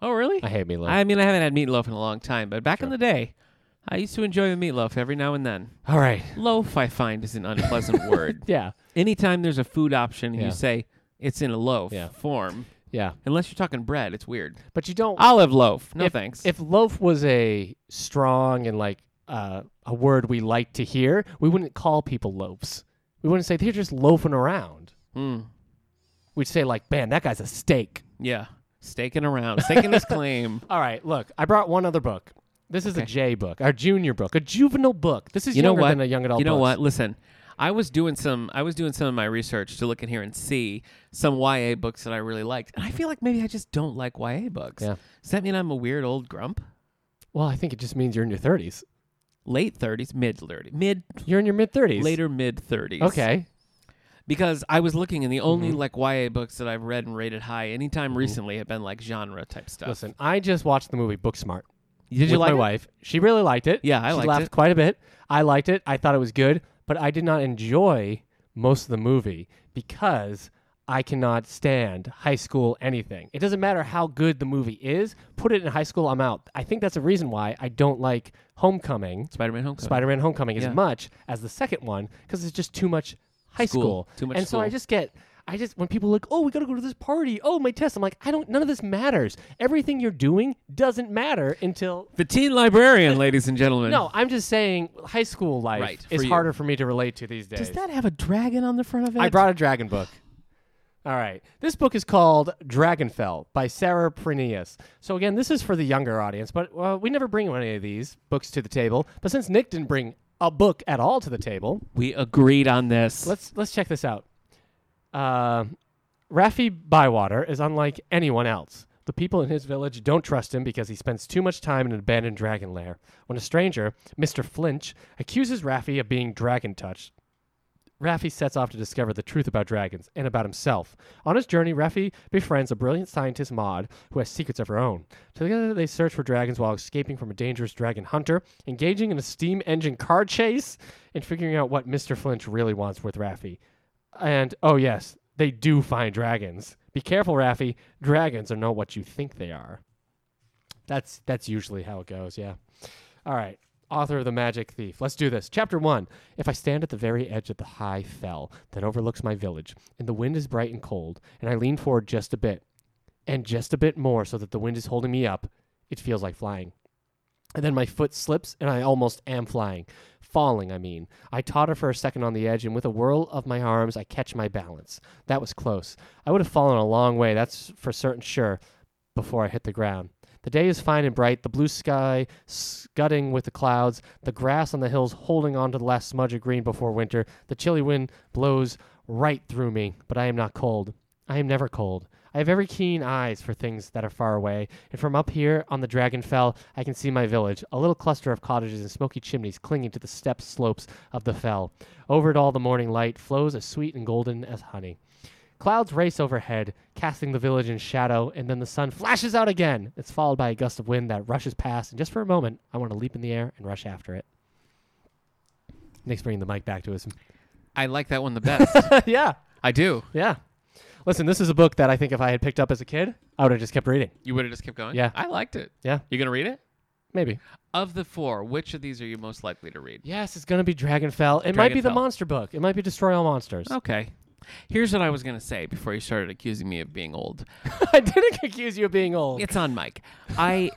Speaker 2: oh, really?
Speaker 1: I hate meatloaf.
Speaker 2: I mean, I haven't had meatloaf in a long time, but back in the day, I used to enjoy a meatloaf every now and then.
Speaker 1: All right.
Speaker 2: Loaf, I find, is
Speaker 1: <laughs>
Speaker 2: an unpleasant word.
Speaker 1: Yeah.
Speaker 2: Anytime there's a food option and
Speaker 1: Yeah.
Speaker 2: you say it's in a loaf
Speaker 1: Yeah.
Speaker 2: form,
Speaker 1: Yeah.
Speaker 2: unless you're talking bread, it's weird.
Speaker 1: But you don't.
Speaker 2: Olive loaf, Ah, no thanks.
Speaker 1: If loaf was a strong and like uh, a word we like to hear, we wouldn't call people loafs. We wouldn't say they're just loafing around.
Speaker 2: Mm,
Speaker 1: We'd say like, man, that guy's a steak.
Speaker 2: yeah, staking around, staking his <laughs> claim.
Speaker 1: All right, look, I brought one other book. This is a
Speaker 2: Okay.
Speaker 1: J book, a junior book, a juvenile book. This is
Speaker 2: You know
Speaker 1: younger
Speaker 2: what?
Speaker 1: than a young adult.
Speaker 2: you know
Speaker 1: books.
Speaker 2: what? Listen, I was doing some I was doing some of my research to look in here and see some YA books that I really liked, and I feel like maybe I just don't like YA books.
Speaker 1: Yeah.
Speaker 2: Does that mean I'm a weird old grump?
Speaker 1: Well, I think it just means you're in your 30s.
Speaker 2: Late thirties, mid thirties, mid
Speaker 1: You're in your mid 30s.
Speaker 2: later mid thirties.
Speaker 1: Okay.
Speaker 2: Because I was looking, and the only like YA books that I've read and rated high anytime recently have been like genre type stuff.
Speaker 1: Listen, I just watched the movie Booksmart.
Speaker 2: Did you
Speaker 1: with
Speaker 2: like
Speaker 1: my
Speaker 2: it?
Speaker 1: wife? She really liked it.
Speaker 2: Yeah, I
Speaker 1: she
Speaker 2: liked
Speaker 1: laughed
Speaker 2: it.
Speaker 1: quite a bit. I liked it. I thought it was good, but I did not enjoy most of the movie because I cannot stand high school anything. It doesn't matter how good the movie is. Put it in high school, I'm out. I think that's a reason why I don't like Homecoming.
Speaker 2: Spider-Man Homecoming.
Speaker 1: Spider-Man: Homecoming
Speaker 2: Yeah.
Speaker 1: as much as the second one because it's just too much high
Speaker 2: School.
Speaker 1: school.
Speaker 2: Too much
Speaker 1: and so I
Speaker 2: school.
Speaker 1: just get, I just when people look, oh, we gotta go to this party. Oh, my test. I'm like, I don't. None of this matters. Everything you're doing doesn't matter
Speaker 2: <laughs>
Speaker 1: until.
Speaker 2: the Teen Librarian, ladies and <laughs> gentlemen.
Speaker 1: No, I'm just saying, high school life
Speaker 2: Right, for
Speaker 1: is
Speaker 2: you.
Speaker 1: harder for me to relate to these days.
Speaker 2: Does that have a dragon on the front of it?
Speaker 1: I brought a dragon book. All right. This book is called Dragonfell by Sarah Prineas. So, again, this is for the younger audience, but uh, we never bring any of these books to the table. But since Nick didn't bring a book at all to the table,
Speaker 2: We agreed on this.
Speaker 1: let's let's check this out. Uh, Rafi Bywater is unlike anyone else. The people in his village don't trust him because he spends too much time in an abandoned dragon lair. When a stranger, Mr. Flinch, accuses Rafi of being dragon touched, Rafi sets off to discover the truth about dragons and about himself. On his journey, Rafi befriends a brilliant scientist, Maud, who has secrets of her own. Together, they search for dragons while escaping from a dangerous dragon hunter, engaging in a steam engine car chase, and figuring out what Mr. Flinch really wants with Rafi. And, oh, yes, they do find dragons. Be careful, Rafi. Dragons are not what you think they are. That's that's usually how it goes, yeah. All right. Author of The Magic Thief. Let's do this. Chapter 1. If I stand at the very edge of the high fell that overlooks my village, and the wind is bright and cold, and I lean forward just a bit, and just a bit more so that the wind is holding me up, it feels like flying. And then my foot slips, and I almost am flying. Falling, I mean. I totter for a second on the edge, and with a whirl of my arms, I catch my balance. That was close. I would have fallen a long way, that's for certain sure, before I hit the ground. The day is fine and bright, the blue sky scudding with the clouds, the grass on the hills holding on to the last smudge of green before winter. The chilly wind blows right through me, but I am not cold. I am never cold. I have very keen eyes for things that are far away, and from up here on the Dragonfell, I can see my village, a little cluster of cottages and smoky chimneys clinging to the steep slopes of the fell. Over it all, the morning light flows as sweet and golden as honey. Clouds race overhead, casting the village in shadow, and then the sun flashes out again. It's followed by a gust of wind that rushes past, and just for a moment, I want to leap in the air and rush after it. Nick's bringing the mic back to us. <laughs>
Speaker 2: I like that one the <laughs> best.
Speaker 1: yeah,
Speaker 2: I do.
Speaker 1: yeah. Listen, this is a book that I think if I had picked up as a kid, I would have just kept reading.
Speaker 2: You would have just kept going?
Speaker 1: Yeah.
Speaker 2: I liked it.
Speaker 1: Yeah,
Speaker 2: You going to read it?
Speaker 1: maybe.
Speaker 2: Of the four, which of these are you most likely to read?
Speaker 1: Yes, it's gonna be Dragonfell. It might be the
Speaker 2: Dragonfell. Oh.
Speaker 1: monster book. It might be Destroy All Monsters.
Speaker 2: Okay. Here's what I was going to say before you started accusing me of being old.
Speaker 1: <laughs> I didn't accuse you of being old.
Speaker 2: It's on Mike. I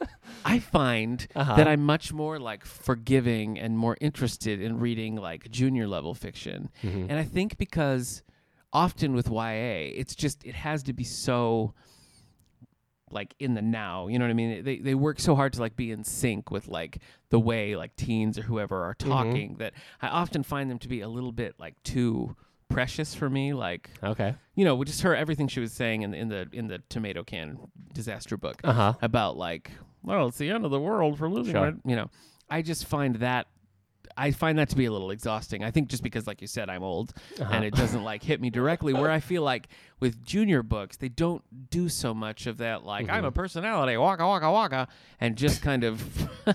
Speaker 2: I find
Speaker 1: Uh-huh.
Speaker 2: that I'm much more like forgiving and more interested in reading like junior level fiction. And I think because often with YA, it's just it has to be so like in the now, you know what I mean? They they work so hard to like be in sync with like the way like teens or whoever are talking that I often find them to be a little bit like too precious for me like
Speaker 1: okay.
Speaker 2: you know, just her everything she was saying in the in the in the tomato can disaster book
Speaker 1: Uh huh.
Speaker 2: about like well, it's the end of the world for losing.
Speaker 1: Sure.
Speaker 2: my-" You know, I just find that I find that to be a little exhausting. I think just because, like you said, I'm old
Speaker 1: Uh-huh.
Speaker 2: and it doesn't like hit me directly.
Speaker 1: <laughs>
Speaker 2: Where I feel like with junior books, they don't do so much of that. Like I'm a
Speaker 1: Mm-hmm.
Speaker 2: personality, waka waka waka, and just kind of, <laughs>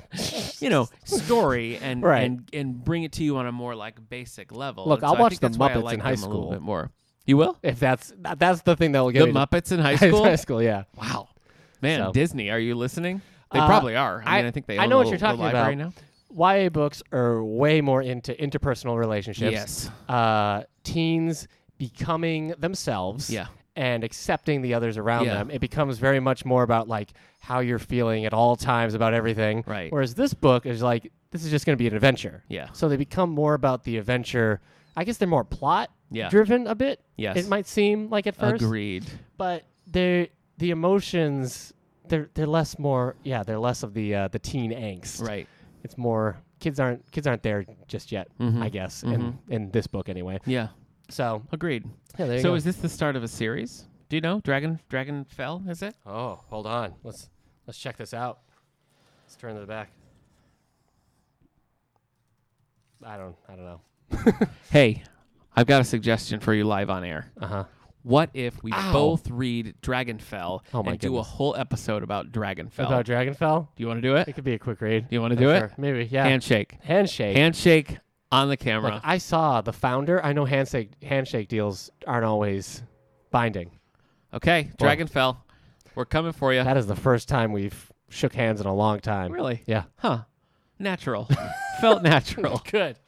Speaker 2: you know, story
Speaker 1: <laughs>
Speaker 2: and
Speaker 1: Right.
Speaker 2: and and bring it to you on a more like basic level.
Speaker 1: Look,
Speaker 2: And so
Speaker 1: I'll
Speaker 2: I
Speaker 1: watch
Speaker 2: think
Speaker 1: The
Speaker 2: that's why I
Speaker 1: Muppets in
Speaker 2: like
Speaker 1: high
Speaker 2: them a little
Speaker 1: school.
Speaker 2: bit more. You will
Speaker 1: If that's that- that's the thing that will get
Speaker 2: the
Speaker 1: me to- <laughs>
Speaker 2: Muppets in high school.
Speaker 1: high school, yeah.
Speaker 2: Wow, man,
Speaker 1: So-
Speaker 2: Disney, are you listening? They
Speaker 1: Uh,
Speaker 2: probably are. I,
Speaker 1: I-
Speaker 2: mean, I think they.
Speaker 1: I
Speaker 2: own
Speaker 1: know
Speaker 2: the
Speaker 1: what you're
Speaker 2: little- the
Speaker 1: talking
Speaker 2: library
Speaker 1: about.
Speaker 2: now.
Speaker 1: YA books are way more into interpersonal relationships.
Speaker 2: Yes.
Speaker 1: Uh, teens becoming themselves.
Speaker 2: Yeah.
Speaker 1: And accepting the others around
Speaker 2: Yeah.
Speaker 1: them. It becomes very much more about like how you're feeling at all times about everything.
Speaker 2: Right.
Speaker 1: Whereas this book is like this is just going to be an adventure.
Speaker 2: Yeah.
Speaker 1: So they become more about the adventure. I guess they're more plot
Speaker 2: Yeah.
Speaker 1: driven a bit.
Speaker 2: Yes.
Speaker 1: It might seem like at first
Speaker 2: Agreed.
Speaker 1: but they the emotions they're they're less more yeah they're less of the uh, the teen angst
Speaker 2: Right.
Speaker 1: it's more kids aren't kids aren't there just yet
Speaker 2: Mhm.
Speaker 1: I guess
Speaker 2: Mhm.
Speaker 1: in in this book anyway
Speaker 2: Yeah.
Speaker 1: so
Speaker 2: Agreed.
Speaker 1: yeah there you
Speaker 2: So
Speaker 1: go.
Speaker 2: is this the start of a series? Do you know Dragon Dragon Fell? Is it?
Speaker 1: oh hold on let's let's check this out let's turn to the back I don't I don't know
Speaker 2: Hey, I've got a suggestion for you live on air.
Speaker 1: uh huh
Speaker 2: What if we
Speaker 1: Ow.
Speaker 2: both read Dragonfell
Speaker 1: Oh my
Speaker 2: and do a
Speaker 1: goodness.
Speaker 2: whole episode about Dragonfell?
Speaker 1: about Dragonfell
Speaker 2: do you want to do it?
Speaker 1: it could be a quick read
Speaker 2: You wanna
Speaker 1: Not
Speaker 2: do it?
Speaker 1: sure. maybe yeah
Speaker 2: Handshake.
Speaker 1: handshake
Speaker 2: Handshake on the
Speaker 1: Look,
Speaker 2: camera.
Speaker 1: I saw the founder. I know handshake handshake deals aren't always binding.
Speaker 2: okay,
Speaker 1: Well-
Speaker 2: Dragonfell. We're coming for you.
Speaker 1: That is the first time we've shook hands in a long time.
Speaker 2: Really?
Speaker 1: Yeah.
Speaker 2: Huh. <laughs> Natural. Felt <laughs> natural.
Speaker 1: Good.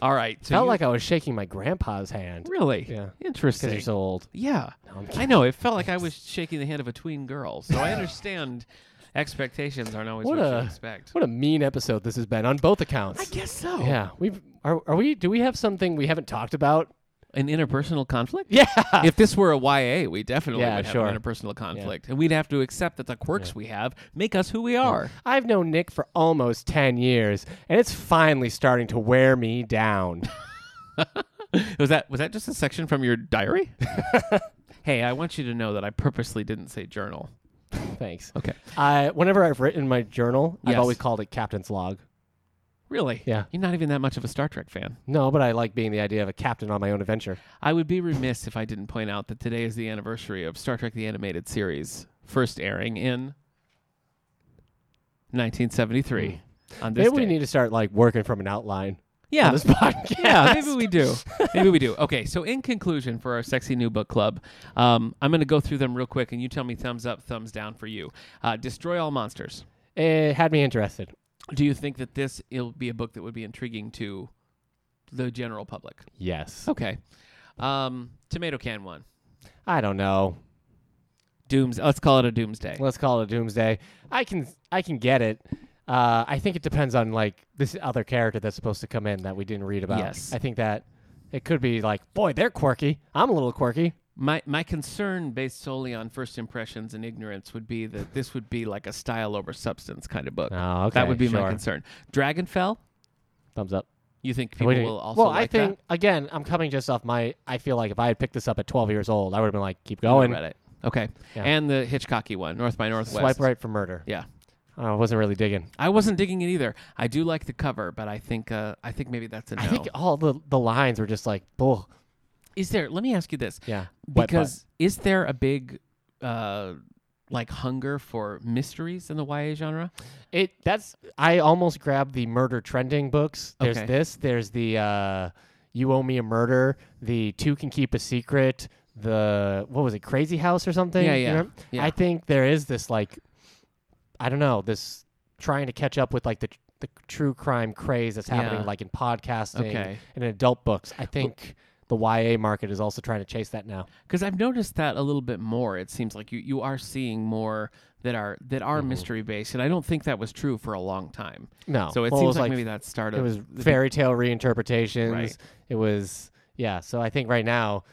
Speaker 2: All right. So
Speaker 1: Felt
Speaker 2: you-
Speaker 1: like I was shaking my grandpa's hand
Speaker 2: really
Speaker 1: Yeah. because
Speaker 2: interesting.
Speaker 1: you're so old.
Speaker 2: yeah.
Speaker 1: No, I'm
Speaker 2: I
Speaker 1: kidding.
Speaker 2: know. It felt like
Speaker 1: <laughs>
Speaker 2: I was shaking the hand of a tween girl. So I understand expectations aren't always
Speaker 1: What
Speaker 2: what,
Speaker 1: a-
Speaker 2: you expect.
Speaker 1: What a mean episode this has been on both accounts.
Speaker 2: I guess so.
Speaker 1: Yeah. We've are, are we do we have something we haven't talked
Speaker 2: <laughs>
Speaker 1: about?
Speaker 2: An interpersonal conflict?
Speaker 1: Yeah.
Speaker 2: If this were a YA, we definitely
Speaker 1: Yeah,
Speaker 2: would have
Speaker 1: sure.
Speaker 2: an interpersonal conflict. And we'd have to accept that the quirks we have make us who we are.
Speaker 1: <laughs> I've known Nick for almost 10 years and it's finally starting to wear me
Speaker 2: <laughs>
Speaker 1: down.
Speaker 2: Was that was that just a section from your diary?
Speaker 1: <laughs>
Speaker 2: hey, I want you to know that I purposely didn't say journal.
Speaker 1: Thanks.
Speaker 2: Okay.
Speaker 1: I whenever I've written my journal, I've
Speaker 2: Yes.
Speaker 1: always called it Captain's Log.
Speaker 2: Really?
Speaker 1: Yeah.
Speaker 2: You're not even that much of a Star Trek fan.
Speaker 1: No, but I like being the idea of a captain on my own adventure.
Speaker 2: I would be remiss if I didn't point out that today is the anniversary of Star Trek the Animated Series first airing in 1973. On
Speaker 1: Hmm.
Speaker 2: this
Speaker 1: Maybe we
Speaker 2: day.
Speaker 1: need to start like working from an outline
Speaker 2: yeah,
Speaker 1: on this podcast.
Speaker 2: yeah, maybe we do. Maybe we do. Okay, so in conclusion for our sexy new book club, um, I'm going to go through them real quick, and you tell me thumbs up, thumbs down for you. Uh, Destroy all monsters.
Speaker 1: It had me interested.
Speaker 2: Do you think that this will be a book that would be intriguing to the general public?
Speaker 1: Yes.
Speaker 2: Okay. Um, tomato can one.
Speaker 1: I don't know.
Speaker 2: Dooms. Let's call it a doomsday.
Speaker 1: Let's call it a doomsday. I can I can get it. Uh, I think it depends on like this other character that's supposed to come in that we didn't read about.
Speaker 2: Yes.
Speaker 1: I think that it could be like, boy, they're quirky. I'm a little quirky.
Speaker 2: My my concern, based solely on first impressions and ignorance, would be that this would be like a style over substance kind of book.
Speaker 1: Oh, okay.
Speaker 2: that would be my
Speaker 1: sure.
Speaker 2: concern. Dragonfell.
Speaker 1: Thumbs up.
Speaker 2: You think
Speaker 1: And
Speaker 2: people
Speaker 1: we didn't-
Speaker 2: will also
Speaker 1: well, I
Speaker 2: like
Speaker 1: think again, I'm coming just off my. I feel like if I had picked this up at 12 years old, I would have been like, keep
Speaker 2: that? I
Speaker 1: going.
Speaker 2: read it. Okay,
Speaker 1: Yeah.
Speaker 2: and the Hitchcocky one, North by Northwest.
Speaker 1: Swipe right for murder.
Speaker 2: Yeah,
Speaker 1: I wasn't really digging.
Speaker 2: I wasn't digging it either. I do like the cover, but I think uh, I think maybe that's a no.
Speaker 1: I think all the the lines were just like, bull.
Speaker 2: is there? Let me ask you this.
Speaker 1: Yeah. Wet butt.
Speaker 2: because is there a big uh like hunger for mysteries in the YA genre?
Speaker 1: It that's I almost grabbed the murder trending books. There's
Speaker 2: Okay.
Speaker 1: this. There's the uh, you owe me a murder. The two can keep a secret. The what was it? Crazy House or something.
Speaker 2: Yeah,
Speaker 1: you
Speaker 2: yeah,
Speaker 1: remember?
Speaker 2: yeah.
Speaker 1: I think there is this like, I don't know, this trying to catch up with like the the true crime craze that's happening
Speaker 2: Yeah.
Speaker 1: like in podcasting
Speaker 2: Okay.
Speaker 1: and in adult books. I think the YA market is also trying to chase that now.
Speaker 2: Because I've noticed that a little bit more. It seems like you, you are seeing more that are that
Speaker 1: Mm-hmm.
Speaker 2: are mystery based, and I don't think that was true for a long time.
Speaker 1: No,
Speaker 2: So it
Speaker 1: Oh. Well,
Speaker 2: seems
Speaker 1: was
Speaker 2: like,
Speaker 1: like
Speaker 2: maybe that started.
Speaker 1: it was fairy tale reinterpretations.
Speaker 2: Right.
Speaker 1: It was yeah. So I think right now,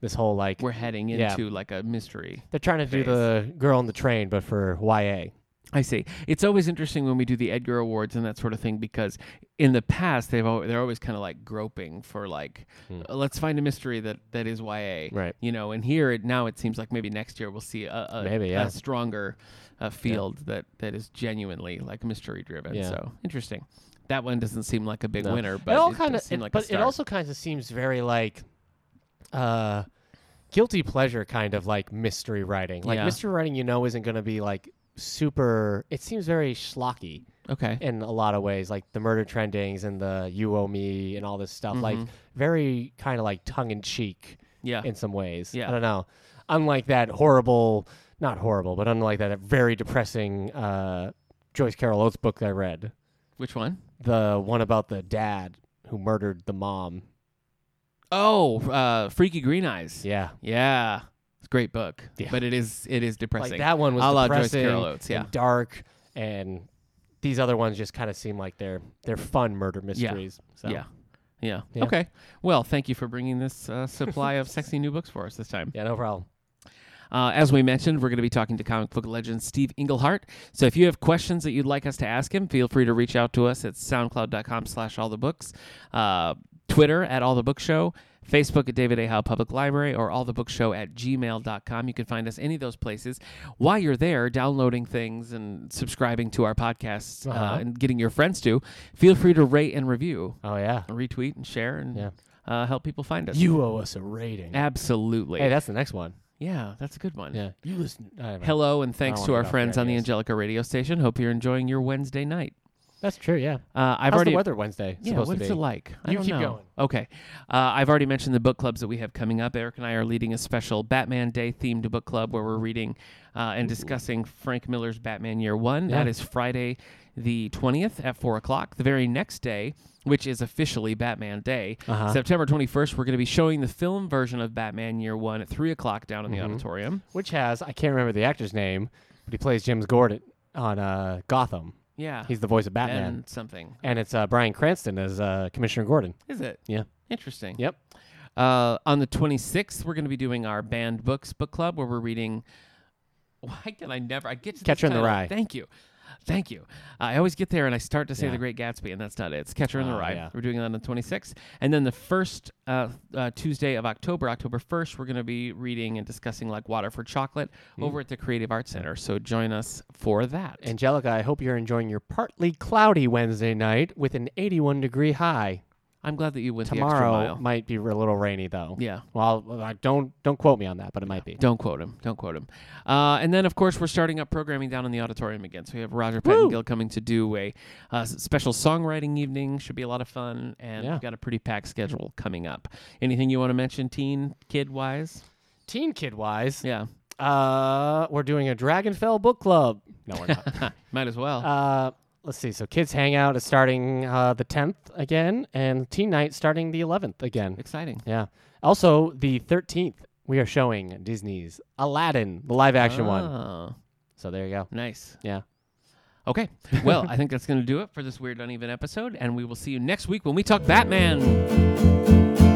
Speaker 1: this whole like
Speaker 2: we're heading
Speaker 1: Yeah.
Speaker 2: into like a mystery.
Speaker 1: they're trying to do the girl on the train, but for YA.
Speaker 2: I see. It's always interesting when we do the Edgar Awards and that sort of thing because in the past they've always, they're always kind of like groping for like "Uh, let's find a mystery that that is YA,
Speaker 1: Hmm. Right.
Speaker 2: You know, and here it, now it seems like maybe next year we'll see a, a,
Speaker 1: Maybe,
Speaker 2: a
Speaker 1: yeah.
Speaker 2: stronger uh, field that that is genuinely like mystery driven.
Speaker 1: Yeah.
Speaker 2: So interesting. That one doesn't seem like a big
Speaker 1: No.
Speaker 2: winner, but
Speaker 1: it all
Speaker 2: does
Speaker 1: kind of,
Speaker 2: seem like a
Speaker 1: but it
Speaker 2: star.
Speaker 1: also kind of seems very like, uh, guilty pleasure kind of like mystery writing. Like
Speaker 2: Yeah.
Speaker 1: mystery writing, you know, isn't going to be like super. It seems very schlocky
Speaker 2: okay.
Speaker 1: in a lot of ways, like the murder trendings and the you owe me and all this stuff. Like
Speaker 2: Mm-hmm.
Speaker 1: very kind of like tongue in cheek
Speaker 2: Yeah.
Speaker 1: in some ways.
Speaker 2: Yeah.
Speaker 1: I don't know. Unlike that horrible, not horrible, but unlike that very depressing uh, Joyce Carol Oates book I read,
Speaker 2: Which one?
Speaker 1: the one about the dad who murdered the mom.
Speaker 2: Oh, uh, Freaky Green Eyes.
Speaker 1: Yeah.
Speaker 2: Yeah. It's a great book,
Speaker 1: Yeah.
Speaker 2: but it is it is depressing.
Speaker 1: Like that one was
Speaker 2: A la Joyce
Speaker 1: depressing
Speaker 2: Carol Oates, yeah.
Speaker 1: and dark, and these other ones just kind of seem like they're they're fun murder mysteries. So.
Speaker 2: Yeah. yeah.
Speaker 1: Yeah.
Speaker 2: Okay. Well, thank you for bringing this uh, supply of sexy new books for us this time.
Speaker 1: Yeah, no problem.
Speaker 2: Uh, as we mentioned, we're going to be talking to comic book legend Steve Englehart. So if you have questions that you'd like us to ask him, feel free to reach out to us at soundcloud.com slash all the books, uh, Twitter at all the book show, Facebook at David A. Howe Public Library, or all the book show at gmail.com. You can find us any of those places. While you're there downloading things and subscribing to our podcasts uh
Speaker 1: Uh-huh.
Speaker 2: and getting your friends to, feel free to rate and review,
Speaker 1: Oh yeah,
Speaker 2: retweet and share and
Speaker 1: Yeah.
Speaker 2: uh, help people find us.
Speaker 1: you owe us a rating.
Speaker 2: Absolutely.
Speaker 1: Hey, that's the next one.
Speaker 2: yeah, that's a good one.
Speaker 1: Yeah, you listen. I don't know.
Speaker 2: Hello and thanks
Speaker 1: I
Speaker 2: to
Speaker 1: wanna
Speaker 2: our
Speaker 1: get off
Speaker 2: friends
Speaker 1: there,
Speaker 2: on the
Speaker 1: yes.
Speaker 2: Angelica radio station. Hope you're enjoying your Wednesday night.
Speaker 1: That's true. Yeah.
Speaker 2: Uh, I've
Speaker 1: How's
Speaker 2: already
Speaker 1: the weather Wednesday
Speaker 2: yeah.
Speaker 1: supposed
Speaker 2: What's
Speaker 1: to be?
Speaker 2: it like? I
Speaker 1: You
Speaker 2: don't
Speaker 1: keep
Speaker 2: know.
Speaker 1: going.
Speaker 2: Okay. Uh, I've already mentioned the book clubs that we have coming up. Eric and I are leading a special Batman Day themed book club where we're reading uh, and discussing Frank Miller's Batman Year One. That
Speaker 1: Yeah.
Speaker 2: is Friday, the twentieth at four o'clock. The very next day, which is officially Batman Day,
Speaker 1: Uh-huh.
Speaker 2: September twenty first, we're going to be showing the film version of Batman Year One at three o'clock down in
Speaker 1: Mm-hmm.
Speaker 2: the auditorium.
Speaker 1: Which has I can't remember the actor's name, but he plays James Gordon on uh, Gotham.
Speaker 2: Yeah.
Speaker 1: He's the voice of Batman,
Speaker 2: and something.
Speaker 1: and it's uh, Brian Cranston as uh, Commissioner Gordon.
Speaker 2: Is it?
Speaker 1: Yeah.
Speaker 2: Interesting.
Speaker 1: Yep.
Speaker 2: Uh, on the 26th, we're going to be doing our banned books book club where we're reading. <laughs> Why can I never? I get to this
Speaker 1: Catcher in the
Speaker 2: title.
Speaker 1: Rye.
Speaker 2: Thank you. Thank you. I always get there and I start to say
Speaker 1: Yeah.
Speaker 2: The Great Gatsby, and that's not it. It's Catcher in the
Speaker 1: Oh,
Speaker 2: Rye.
Speaker 1: yeah.
Speaker 2: We're doing that on the 26th. And then the first uh, uh, Tuesday of October, October 1st, we're going to be reading and discussing like Water for Chocolate
Speaker 1: Mm.
Speaker 2: over at the Creative Arts Center. So join us for that.
Speaker 1: Angelica, I hope you're enjoying your partly cloudy Wednesday night with an 81 degree high.
Speaker 2: I'm glad that you went the extra
Speaker 1: Tomorrow
Speaker 2: mile.
Speaker 1: might be a little rainy though.
Speaker 2: yeah.
Speaker 1: Well, I don't don't quote me on that, but it might be.
Speaker 2: Don't quote him. Don't quote him. Uh, and then, of course, we're starting up programming down in the auditorium again. So we have Roger Pettingill coming to do a uh, s- special songwriting evening. Should be a lot of fun. And
Speaker 1: Yeah.
Speaker 2: we've got a pretty packed schedule coming up. Anything you want to mention, teen, kid wise?
Speaker 1: Teen kid wise,
Speaker 2: Yeah.
Speaker 1: uh, we're doing a Dragonfell book club. No, we're not.
Speaker 2: Might as well.
Speaker 1: Uh, let's see. So kids hangout is starting uh, the 10th again, and teen night starting the 11th again.
Speaker 2: Exciting.
Speaker 1: Yeah. Also, the 13th we are showing Disney's Aladdin, the live action one.
Speaker 2: Ah,
Speaker 1: So there you go.
Speaker 2: Nice.
Speaker 1: Yeah.
Speaker 2: Okay. Well, I think that's going to do it for this weird, uneven episode. And we will see you next week when we talk Batman.